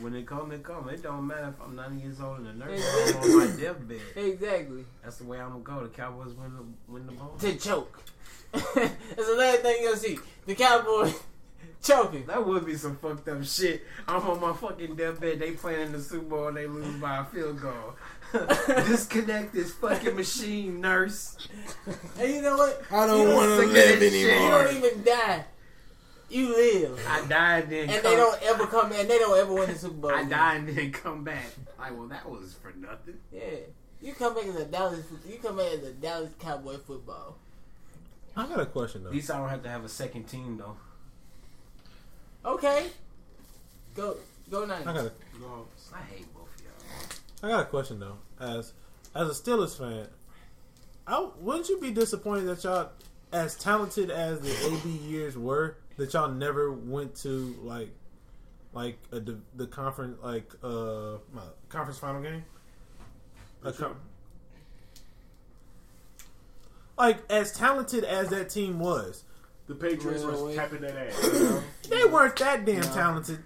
When it come, it come. It don't matter if I'm 90 years old and a nurse or
Exactly.
I'm on my deathbed.
exactly
That's the way I'm gonna go. The Cowboys win the win the bowl.
to choke. That's the last thing you'll see. The Cowboys choking.
That would be some fucked up shit. I'm on my fucking deathbed. They playing in the Super Bowl and they lose by a field goal. Disconnect this fucking machine, nurse.
And you know what?
I
You
don't
don't
want to
suck at
live
this shit.
You
anymore.
don't even die. You live,
I died then.
and
come,
they don't ever come. And they don't ever win the Super Bowl.
I die and then come back. Like, well, that was for nothing.
Yeah, you come back as a Dallas. You come back as a Dallas Cowboy football.
I got a question
At
though.
least I don't have to have a second team though.
Okay, go go Niners.
I got a
I hate both of y'all.
I got a question though. As as a Steelers fan, I wouldn't you be disappointed that y'all, as talented as the AB years were, that y'all never went to like, like a, div- the conference like uh my conference final game. A com- like as talented as that team was,
The Patriots
Well,
were
wait.
tapping that ass. you know?
they weren't that damn talented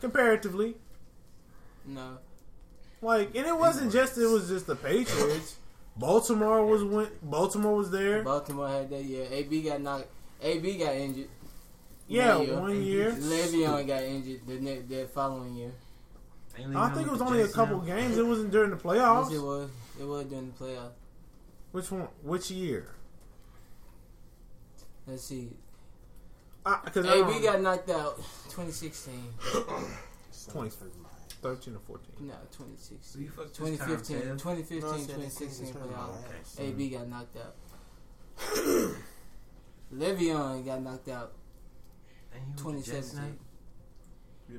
comparatively.
No,
Like, and it wasn't just it was just the Patriots. Baltimore was went. Baltimore was there.
Baltimore had that year. AB got knocked. AB got injured.
Yeah,
one year.
one year.
Le'Veon got injured the ne- the following year.
Ain't
I
Leon
think it was
with the
only a
Jets
couple
now?
games. It wasn't during the
Yes, it
playoffs.
was. It was during the playoffs.
Which one? Which year?
Let's see.
Because I, um,
AB
AB got
got knocked out 2016.
13 or 14.
No,
So
2016.
you fucked this time,
2015,
Ted.
2015, 2016 playoffs. AB got knocked out. Le'Veon got knocked out
Ain't you with the Jets
2017.
now?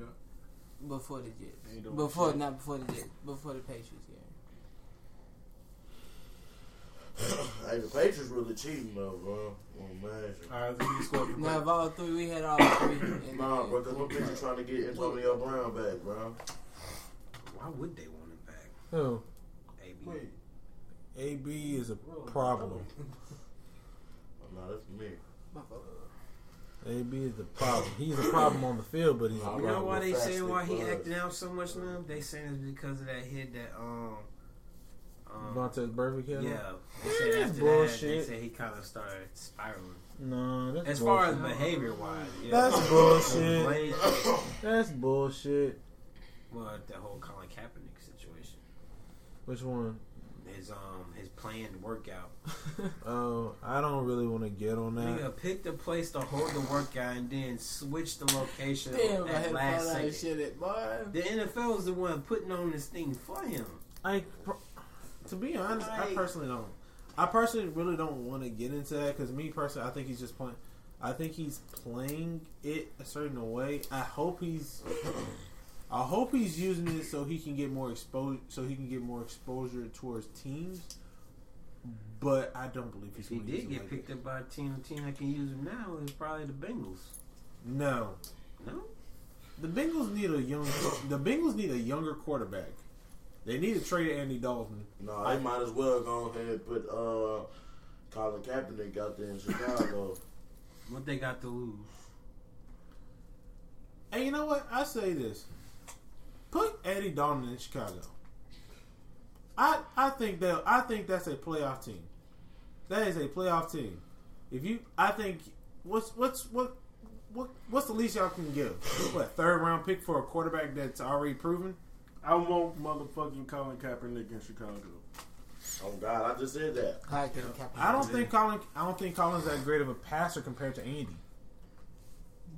Yeah.
Before the Jets.
Ain't doing
Before,
shit.
not before the Jets. Before the Patriots game.
Hey, the Patriots really cheating though, bro. Well, imagine.
All right, so you scored for
Now, of all three, we had all three. in the
Nah,
game.
bro, because my Patriots trying to get Antonio Brown back, bro.
Why would they want him back?
Oh,
AB.
AB is a problem.
Nah, that's me.
AB is the problem. He's a problem on the field, but he's.
You know why
Robert
they
Fast
saying why he
Nick Buzz.
acting out so much now? They saying it's because of that hit that um, um
Vontaze Burfict
yeah.
killed him?
They said
that's
after
bullshit.
that, they said he kind of started spiraling.
No, that's
As
bullshit.
far as behavior wise, yeah.
That's bullshit.
Blade,
That's bullshit.
well, that whole Colin Kaepernick situation.
Which one?
His um, his planned workout.
Oh, I don't really want to get on that.
Nigga picked a place to hold the workout and then switch the location
Damn, I had
at
to
last
call that
second.
shit at boy.
The NFL is the one putting on this thing for him.
I, per- to be honest, I
Like-
personally don't. I personally really don't want to get into that because me personally, I think he's just playing. I think he's playing it a certain way. I hope he's. I hope he's using it so he can get more exposure. So he can get more exposure towards teams. But I don't believe he's.
If he
gonna use
did
it
get
like
picked
that.
up by a team, the team that can use him now is probably the Bengals.
No,
No,
The Bengals need a young. The Bengals need a younger quarterback. They need to trade Andy Dalton.
No, they might as well go ahead and put uh, Colin Kaepernick out there in Chicago.
What they got to lose?
And you know what? I say this: put Andy Dalton in Chicago. I I think that I think that's a playoff team. That is a playoff team. If you, I think what's what's what. What, what's the least y'all can give? What third round pick for a quarterback that's already proven?
I want motherfucking Colin Kaepernick in Chicago.
Oh God, I just said that.
I can cap-
I don't think Colin. I don't think Colin's that great of a passer compared to Andy.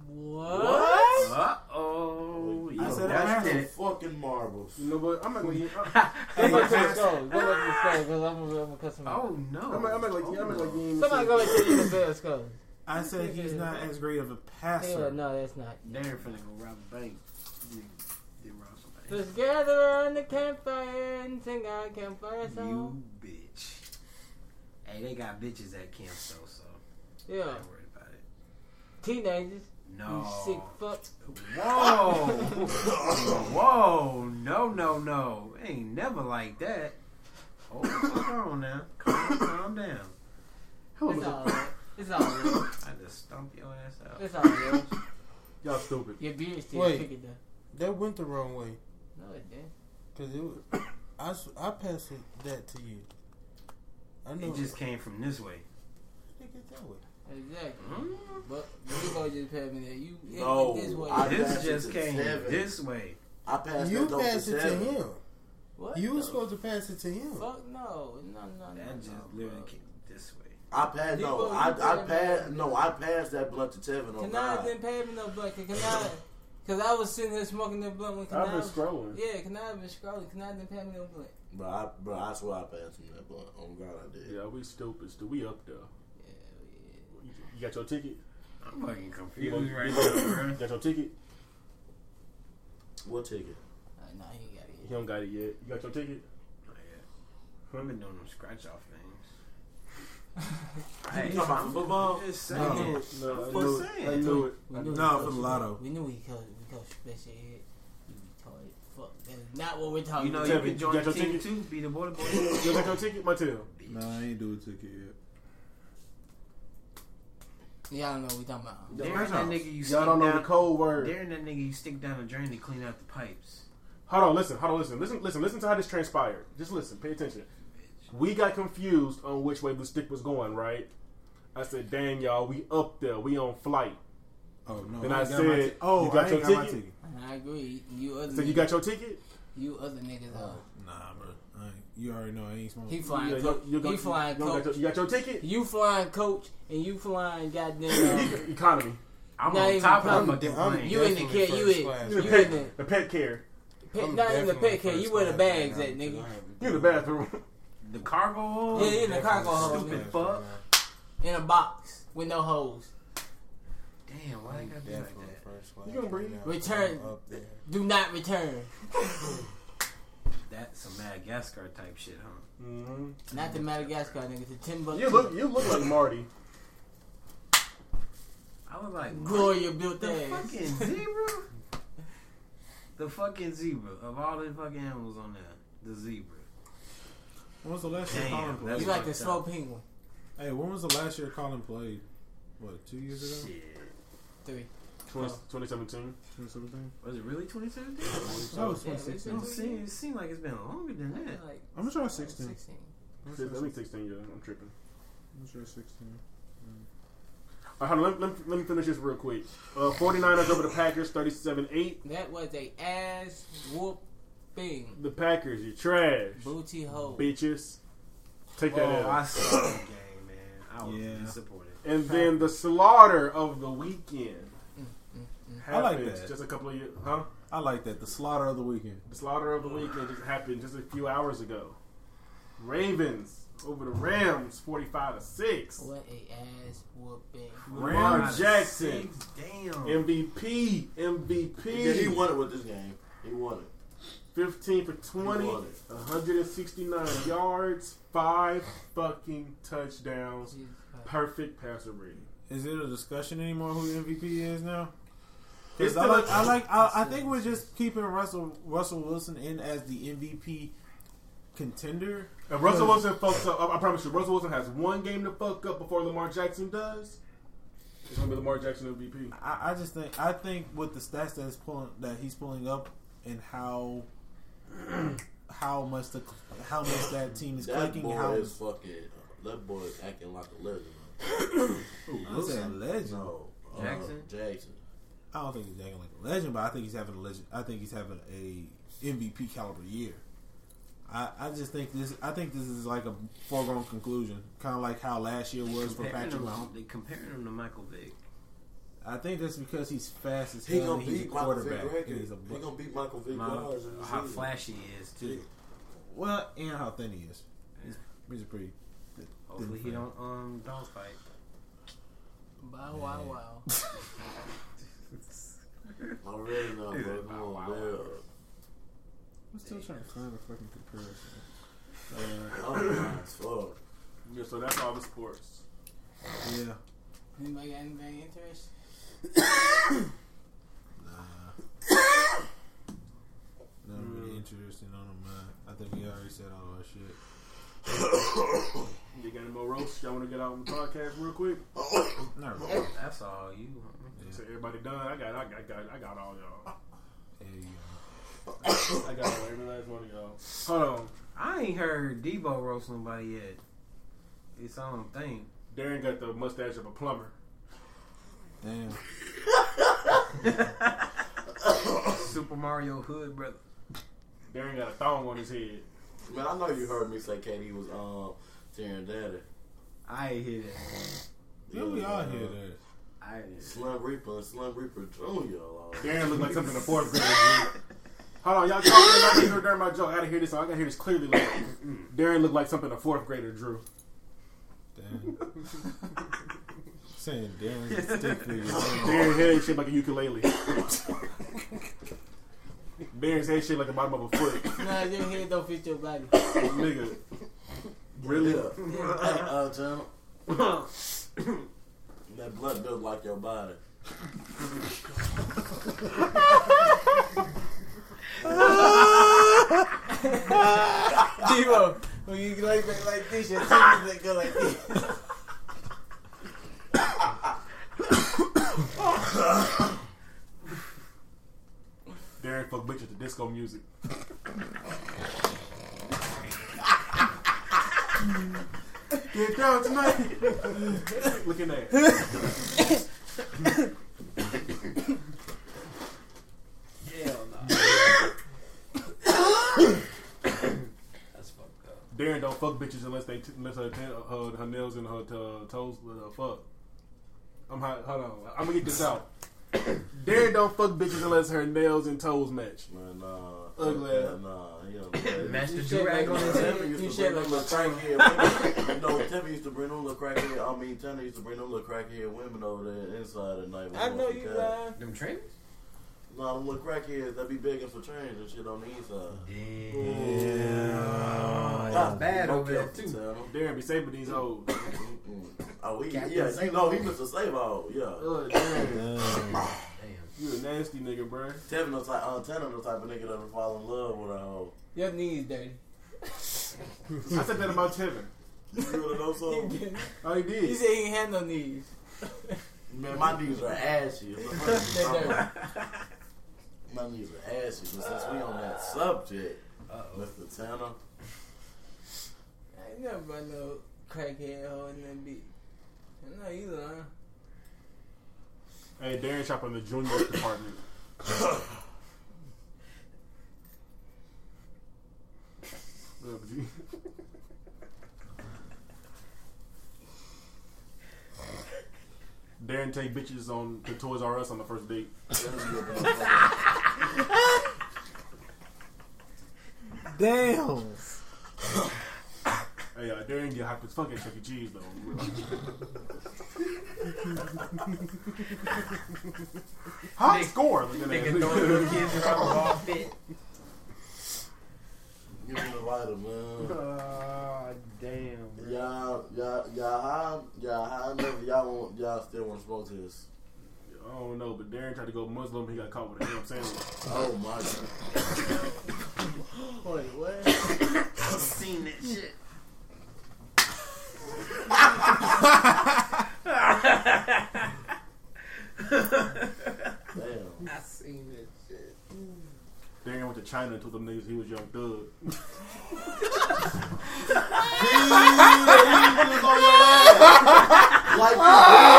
What?
Uh oh.
I said
That's
it.
the fucking marbles.
You know what? I'm not gonna. I'm,
Go back to the score. Go back to the score, 'cause I'm a- I'm a customer.
Oh no. Oh,
I'm, I'm not like. I'm not like. you ain't
Somebody
seen-
go back to the Bears go.
I said he's not as great of a
Yeah,
passer.
no, that's not.
They're finna go rob a bank. You did rob somebody.
Let's gather around the campfire and sing our campfire song.
You bitch. Hey, they got bitches at camp so so.
Yeah,
Don't worry about it.
teenagers. You
No.
sick fuck.
Whoa. Whoa. No, no, no. It ain't never like that. Hold the fuck on now. Calm, calm down.
It's all right. It's all right.
I just stomp your ass out.
It's all right.
Y'all stupid.
Your beard still
Wait.
picking though.
That went the wrong way.
No, it didn't.
Cause it was, I, s- I passed it, that to you. I know.
It just came from this way.
Take it that way.
Exactly.
Mm.
But you gonna just pass me that. You it
No,
went this way.
I-
This
passed it
just
to
came
seven.
this way.
I passed
You
that dope
passed it to
seven.
him.
what?
You were
the
supposed to pass it to him.
Fuck no, no, no, no.
That just
no,
literally
bro.
came this way.
I passed. No,
Debo,
I,
you
I
passed
passed.
it.
No, I passed that blunt to Tevin on
Kanada
God.
didn't pay me no blunt. Cause Kanada, cause I was sitting there smoking that blunt when
I've been
Kanada.
scrolling.
Yeah, Kanada been scrolling. Kanada didn't pay me no blunt.
Bro, I, bro, I swear I passed him that blunt. On God, I did.
Yeah, we stupid. Stu. We up there.
Yeah, yeah.
You you got your ticket?
I'm fucking confused
You
right now, bro.
got- got your ticket?
What ticket?
Uh, nah, he ain't got it.
He
Yet.
don't got it yet. You got your ticket?
Oh, I've been doing them scratch off things.
You talking about football?
I'm just
No.
saying.
No, I
I'm
knew
just
it. I
saying.
knew it.
We knew he
No, for
coached-
the lotto.
We knew he coached. We coached special head. You retarded. Fuck. That's not what we're talking.
You know,
about.
you
Tevin, you
can join
got
the
your
team
ticket?
too. Be the water boy.
You got your ticket? My tail.
Nah, I ain't do a ticket yet.
Yeah, I don't know what we talking about.
Darren, that nigga you stick
Y'all don't know the
down.
code word.
Darren, that nigga you stick down the drain to clean out the pipes.
Hold on, listen. Hold on, listen. Listen, listen, listen to how this transpired. Just listen. Pay attention. We got confused on which way the stick was going, right? I said, "Damn, y'all, we up there. We on flight."
Oh no!
Then
ain't
I
got my
said,
ticket. "Oh,
you got
I
your
ain't got my
ticket?
ticket."
I agree. You other.
So you
niggas-
got your ticket?
You other niggas uh, out.
Nah, bro. I ain't, you already know I ain't
He
smoking.
flying.
Yeah,
coach.
you- you
he
got-
flying
you got your-
coach.
You got your ticket?
You flying coach, and you flying goddamn. uh,
E- Economy.
I'm
Not
on
even
top of
close.
the fucking
I'm
plane.
You in the
definitely
kid, you
first
in-
class.
You the
You in
pet, the pet care.
Pet,
I'm
not in the
definitely
pet cat.
first
You wear the
class right
bags
now.
at nigga.
You in the bathroom.
the cargo hold.
Yeah, he in the cargo hold.
Stupid
nigga.
fuck.
In a box with no holes.
Damn, why they gotta be like
Definitely
that?
first class.
You gonna breathe?
Return.
I'm Up there.
Do not return.
That's some Madagascar type shit, huh?
Mm-hmm.
hmm
Not the Madagascar niggas. The Timbuktu.
You look, you look like Marty.
I was like,
Gloria built
the
ass.
fucking zebra. the fucking zebra of all the fucking animals on there, the zebra.
When was the last year
Damn,
Colin played?
You
that's-
like the slow penguin.
Hey, when was the last year Colin played? What, two years ago?
Shit,
Three.
20,
Oh.
2017.
Or something?
was it really 2017?
That was
Yeah,
2016.
It don't seem. It seemed like it's been longer than that.
Like,
I'm sure it's 16. I'm
I
sure
think 16 years. I'm tripping.
I'm sure it's 16.
All right, Uh, hold on, let, let, let me finish this real quick. Uh, 49ers over the Packers, 37-8.
That was a ass whooping.
The Packers, you trash.
Booty hole.
Bitches. Take that
Oh, I
out.
saw that game, man. I was
Yeah.
disappointed.
And then the slaughter of the weekend.
Mm-hmm. I like
happened
that.
Just a couple of years, huh?
I like that. The slaughter of the weekend.
The slaughter of the weekend just happened just a few hours ago. Ravens over the Rams, 45 to
Oh,
6.
What a ass whooping.
Lamar Jackson.
Six, Damn.
MVP,
Yeah, he
MVP,
won it with this game. He won it.
15 for 20,
He won it.
169 yards, five fucking touchdowns,
Jesus Christ.
perfect passer rating.
Is it a discussion anymore who MVP is now? 'Cause
It's
I
still
like,
a-
I like, I, I think we're just keeping Russell Russell Wilson in as the MVP contender.
If Russell Wilson fucks up, I I promise you, Russell Wilson has one game to fuck up before Lamar Jackson does. It's gonna be Lamar Jackson MVP.
I, I just think, I think with the stats that's pulling that he's pulling up and how how much the how much that team is
That
clicking,
boy
how
is fucking. uh, That boy is acting like a legend.
Who's a legend?
No, uh,
Jackson?
Jackson.
I don't think he's acting like a legend, but I think he's having a legend. I think he's having a MVP caliber year. I, I just think this. I think this is like a foregone conclusion, kind of like how last year was for
Comparing
Patrick
him,
Mahomes.
they comparing him to Michael Vick.
I think that's because he's fast as
He
hell.
gonna
and he's a
beat Michael Vick
quarterback.
record.
And
He
he's a bu-
gonna beat Michael Vick
My,
records. in the
how
season.
flash he is too.
well, and how thin he is. He's, he's a pretty.
Hopefully he don't um don't fight.
Bow wow wow.
I'm ready now, bro. Come on, man.
I'm still trying to find a fucking Uh, comparison.
I'm high as fuck.
Yeah, so that's all the sports.
Yeah,
Anybody got anything interesting?
nothing
Mm.
really interesting on him. uh, I think we already said all our shit.
You got any more roast? Y'all want to get out on the podcast real quick?
Not really.
That's all you.
So everybody done. I got, I got, I got, I got all y'all.
There you go.
I got all, every last one of y'all. Hold on,
I ain't heard Debo roast nobody yet. It's I don't think.
Darren got the mustache of a plumber.
Damn.
Super Mario Hood brother.
Darren got a thong on his head.
Man, I know you heard me say KD was um tearing daddy.
I ain't hear that.
Yeah, we all hear that.
I ain't hear that.
Slim Reaper and Slim Reaper Junior.
Darren looked like something a fourth grader would do. Hold on, y'all. y'all gotta hear Darren my joke. I gotta hear this. I gotta hear this clearly. Like, Darren looked like something a fourth grader drew.
Damn. Saying Darren's a stick figure.
Darren head shaped like a ukulele. Darren's head shaped like the bottom of a foot.
Nah, your head don't fit your body.
Nigga. Really?
Hey, uh, John. that blood built like your body.
Devo, when you like that like this, your teeth that go like this.
Darren fuck bitches to disco music. Get down tonight. Looking at that.
Hell no. That's fucked up.
Darren don't fuck bitches unless they unless her, tan- her, her nails and her uh, toes uh, fuck. I'm hot. Hold on. I'm gonna get this out. Darren don't fuck bitches unless her nails and toes match.
Man, nah.
Ugly ass.
Nah, nah, he don't.
Master
You shit like
Durag on his head.
Tampa
You
used to
shit
bring
like
them
my
little crackhead. No, Tampa used to bring them little crackhead. I mean, Tanner used to bring them little crackhead women over there inside at night. when
I
we
know
went
you
to camp.
lying.
Them trainers?
Nah, them little crackheads that be begging for change and shit on the inside.
Oh, That's bad
Don't
over there
care,
too.
Tanner.
Darren be saving these hoes.
Mm-mm. Oh, he,
Captain
yeah, you
Save
know he Mr. Save All, yeah.
Ugh, Darren,
Damn.
Damn.
Oh, you a nasty nigga, bruh.
Tevin the type, uh, Tanner the type of nigga that'll fall in love with a hoe.
Your knees dirty.
I said that about Tevin.
You really know something?
he
Oh, he did.
said he ain't had no knees.
Man, my knees are ashy.
They dirty.
My knees are ashy, but since we on that subject, Mr. Tanner,
I ain't never brought no crackhead hole in that bitch. I know you lying.
Hey, Darren shop in the junior department. What up, G? Darren take bitches on the Toys R Us on the first date.
Damn.
Hey, uh, Darren get hyped as fucking Chuck E. Cheese though. High score. Look at
Nigga throwing
that.
little kids around the ball fit.
give me the lighter, man.
Ah, damn.
Y'all, y'all, y'all, high, y'all, high enough, y'all, want, y'all still want to smoke this.
Yeah, I don't know, but Darren tried to go Muslim. He got caught with a ham sandwich.
Oh my god.
Wait, what?
Seen that shit. Damn.
I seen that shit.
Darren went to China and told them niggas he was young thug.
Like the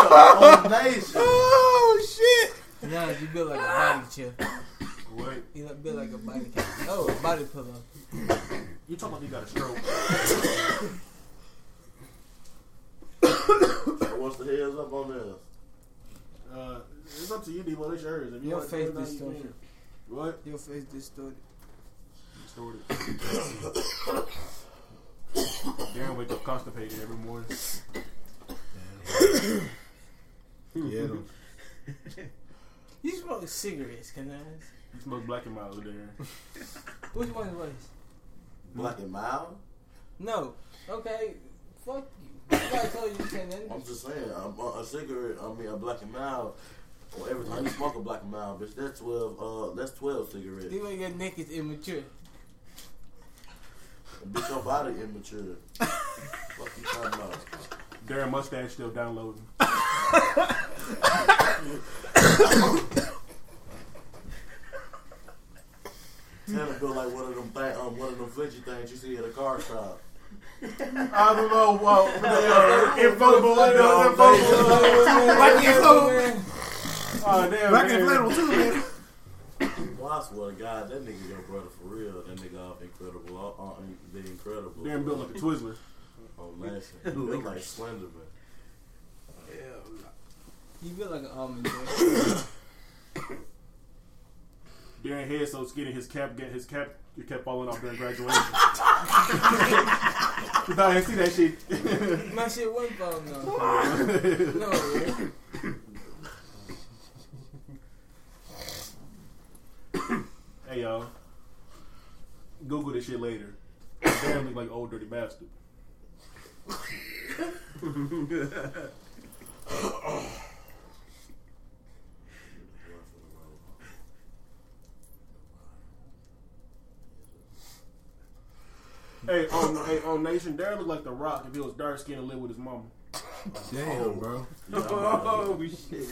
girl on Nation.
Oh shit!
Nah, you built like a body chair.
What?
You look- built like a body. Oh, a body pillow.
You talking about he got a stroke?
What's the heads up on this?
Uh, it's up to you, Debo. That's yours. If you
Your
like to
face
do it, you
distorted.
can. What?
Your face distorted.
Distorted. Darren wake up constipated every morning.
Yeah,
You smoke cigarettes, can I ask?
You smoke black and mild, Darren.
Which one's worse?
Black and mild?
No. Okay. Fuck you. Nobody told you you can't end
I'm just saying, I'm a, a cigarette, I mean, a black and mild. Well, every time you smoke a black and mild, bitch, that's 12, uh, that's 12 cigarettes.
Even your neck is immature.
Bitch, your body immature. Fuck you talking about?
Darren mustache still downloading.
Tanner built like one of them thing, um, one of them flingy things you see at a car shop.
I don't know. Well,
Inflatable,
Black inflatable.
oh damn,
Black
Darren.
inflatable too, man.
Well, I swear to God, that nigga your brother for real. That nigga off incredible, uh, uh, the incredible.
Darren built like a Twizzler.
Oh, last name. He built like Slenderman.
You feel like an almond joy.
Darren head so skinny, his cap get his cap it kept falling off during graduation. no, I didn't see that shit.
My shit wasn't falling off. No, man.
hey y'all, Google this shit later. Darren look like old dirty bastard. Hey, on hey, on Nation, Darren look like the Rock if he was dark skinned and lived with his mama.
Damn, bro.
Yeah, I'm out of
shit.
here.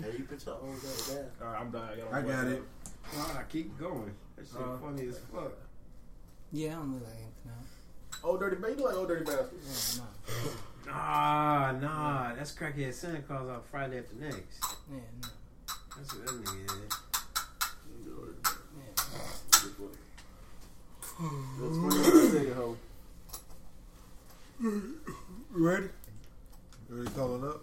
Hey, you put your own goddamn-
All right, I'm dying.
I got it.
Nah, keep going. That shit
Uh,
funny as fuck.
Yeah, I don't look like him. No.
Old dirty baby, like old dirty bastard.
Yeah,
Nah, nah. That's crackhead Santa Claus on Friday after next.
no. Yeah, no.
That's what that nigga is.
Ready? Ready to call it up?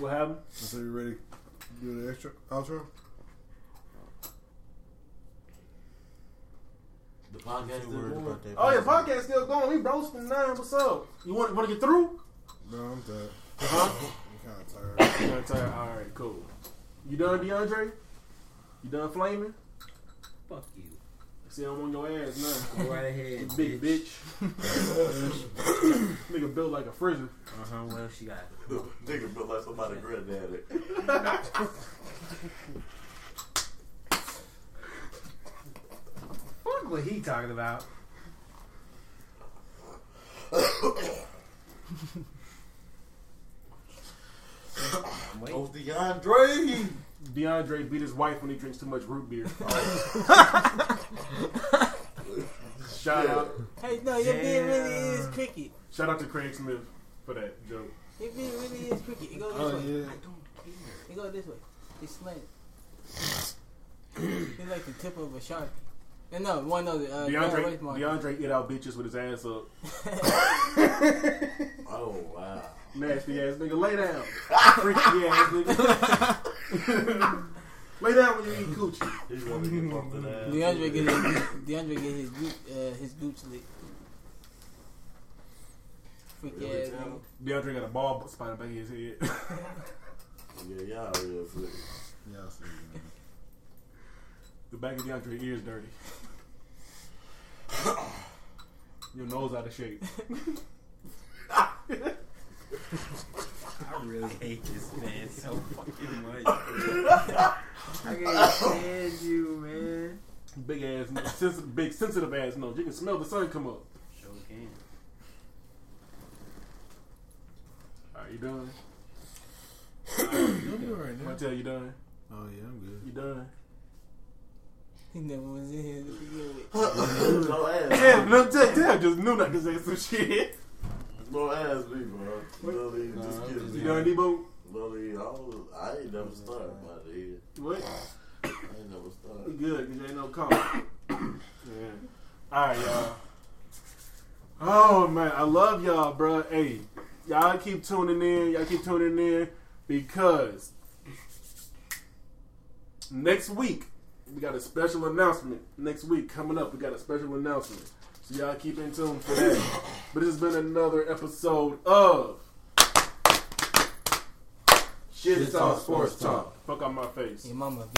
What happened?
I said, you ready to do the extra outro?
The podcast is
worried
more.
about that.
Oh yeah, podcast still going. We roasting nine. What's up? You want want to get through?
No, I'm tired. I'm kind of tired.
You know, tired. All right, cool. You done, DeAndre? You done flaming?
Fuck you.
See, I'm on your ass now.
Go right ahead,
Big bitch. Nigga built like a frizzer.
Uh huh. What else you got?
Nigga built like somebody granddaddy.
Fuck what he talking about.
Oh, DeAndre!
DeAndre beat his wife when he drinks too much root beer. shout out,
Hey, no, your beard really
Damn.
is cricket.
shout out to Craig Smith for that joke.
Your beard really is cricket. It goes this
Oh,
way.
yeah.
It goes this way. It's slant. it's like the tip of a sharpie. And no, one of the uh, John
DeAndre,
Wayne mark.
DeAndre eat out bitches with his ass up.
Oh, wow.
Nasty ass nigga, lay down. Freaky ass nigga. lay down when you eat coochie.
He's gonna get bumped in the ass.
DeAndre get his DeAndre get his goop, uh, his gooch licked. Freaky
Really,
ass
Tanner?
nigga.
DeAndre got a ball spot up in his head.
Yeah, y'all real flick.
Yeah, I see.
the back of DeAndre's ears dirty. Your nose out of shape.
hate this man so fucking much. I can't stand you, man.
Big ass, nose. sensitive, big sensitive ass nose. You can smell the sun come up.
Sure can.
Are you done?
I'm good right now.
Martell, you done?
Oh yeah, I'm good.
You done?
He never was in here to begin with.
no ass.
Damn, no, Dale, Dale just knew not to say some shit.
No ass me, bro. Literally, just kidding.
You done, Debo?
Literally, I, was, I ain't never started by the head.
What?
I ain't never
We
started.
good, cause there ain't no call. yeah. All right, y'all. Oh man, I love y'all, bro. Hey, y'all keep tuning in. Y'all keep tuning in because next week we got a special announcement. Next week coming up, we got a special announcement. So y'all keep in tune for that. But it's been another episode of Shit
Shit Talk Sports Talk.
Fuck on my face.
Your mama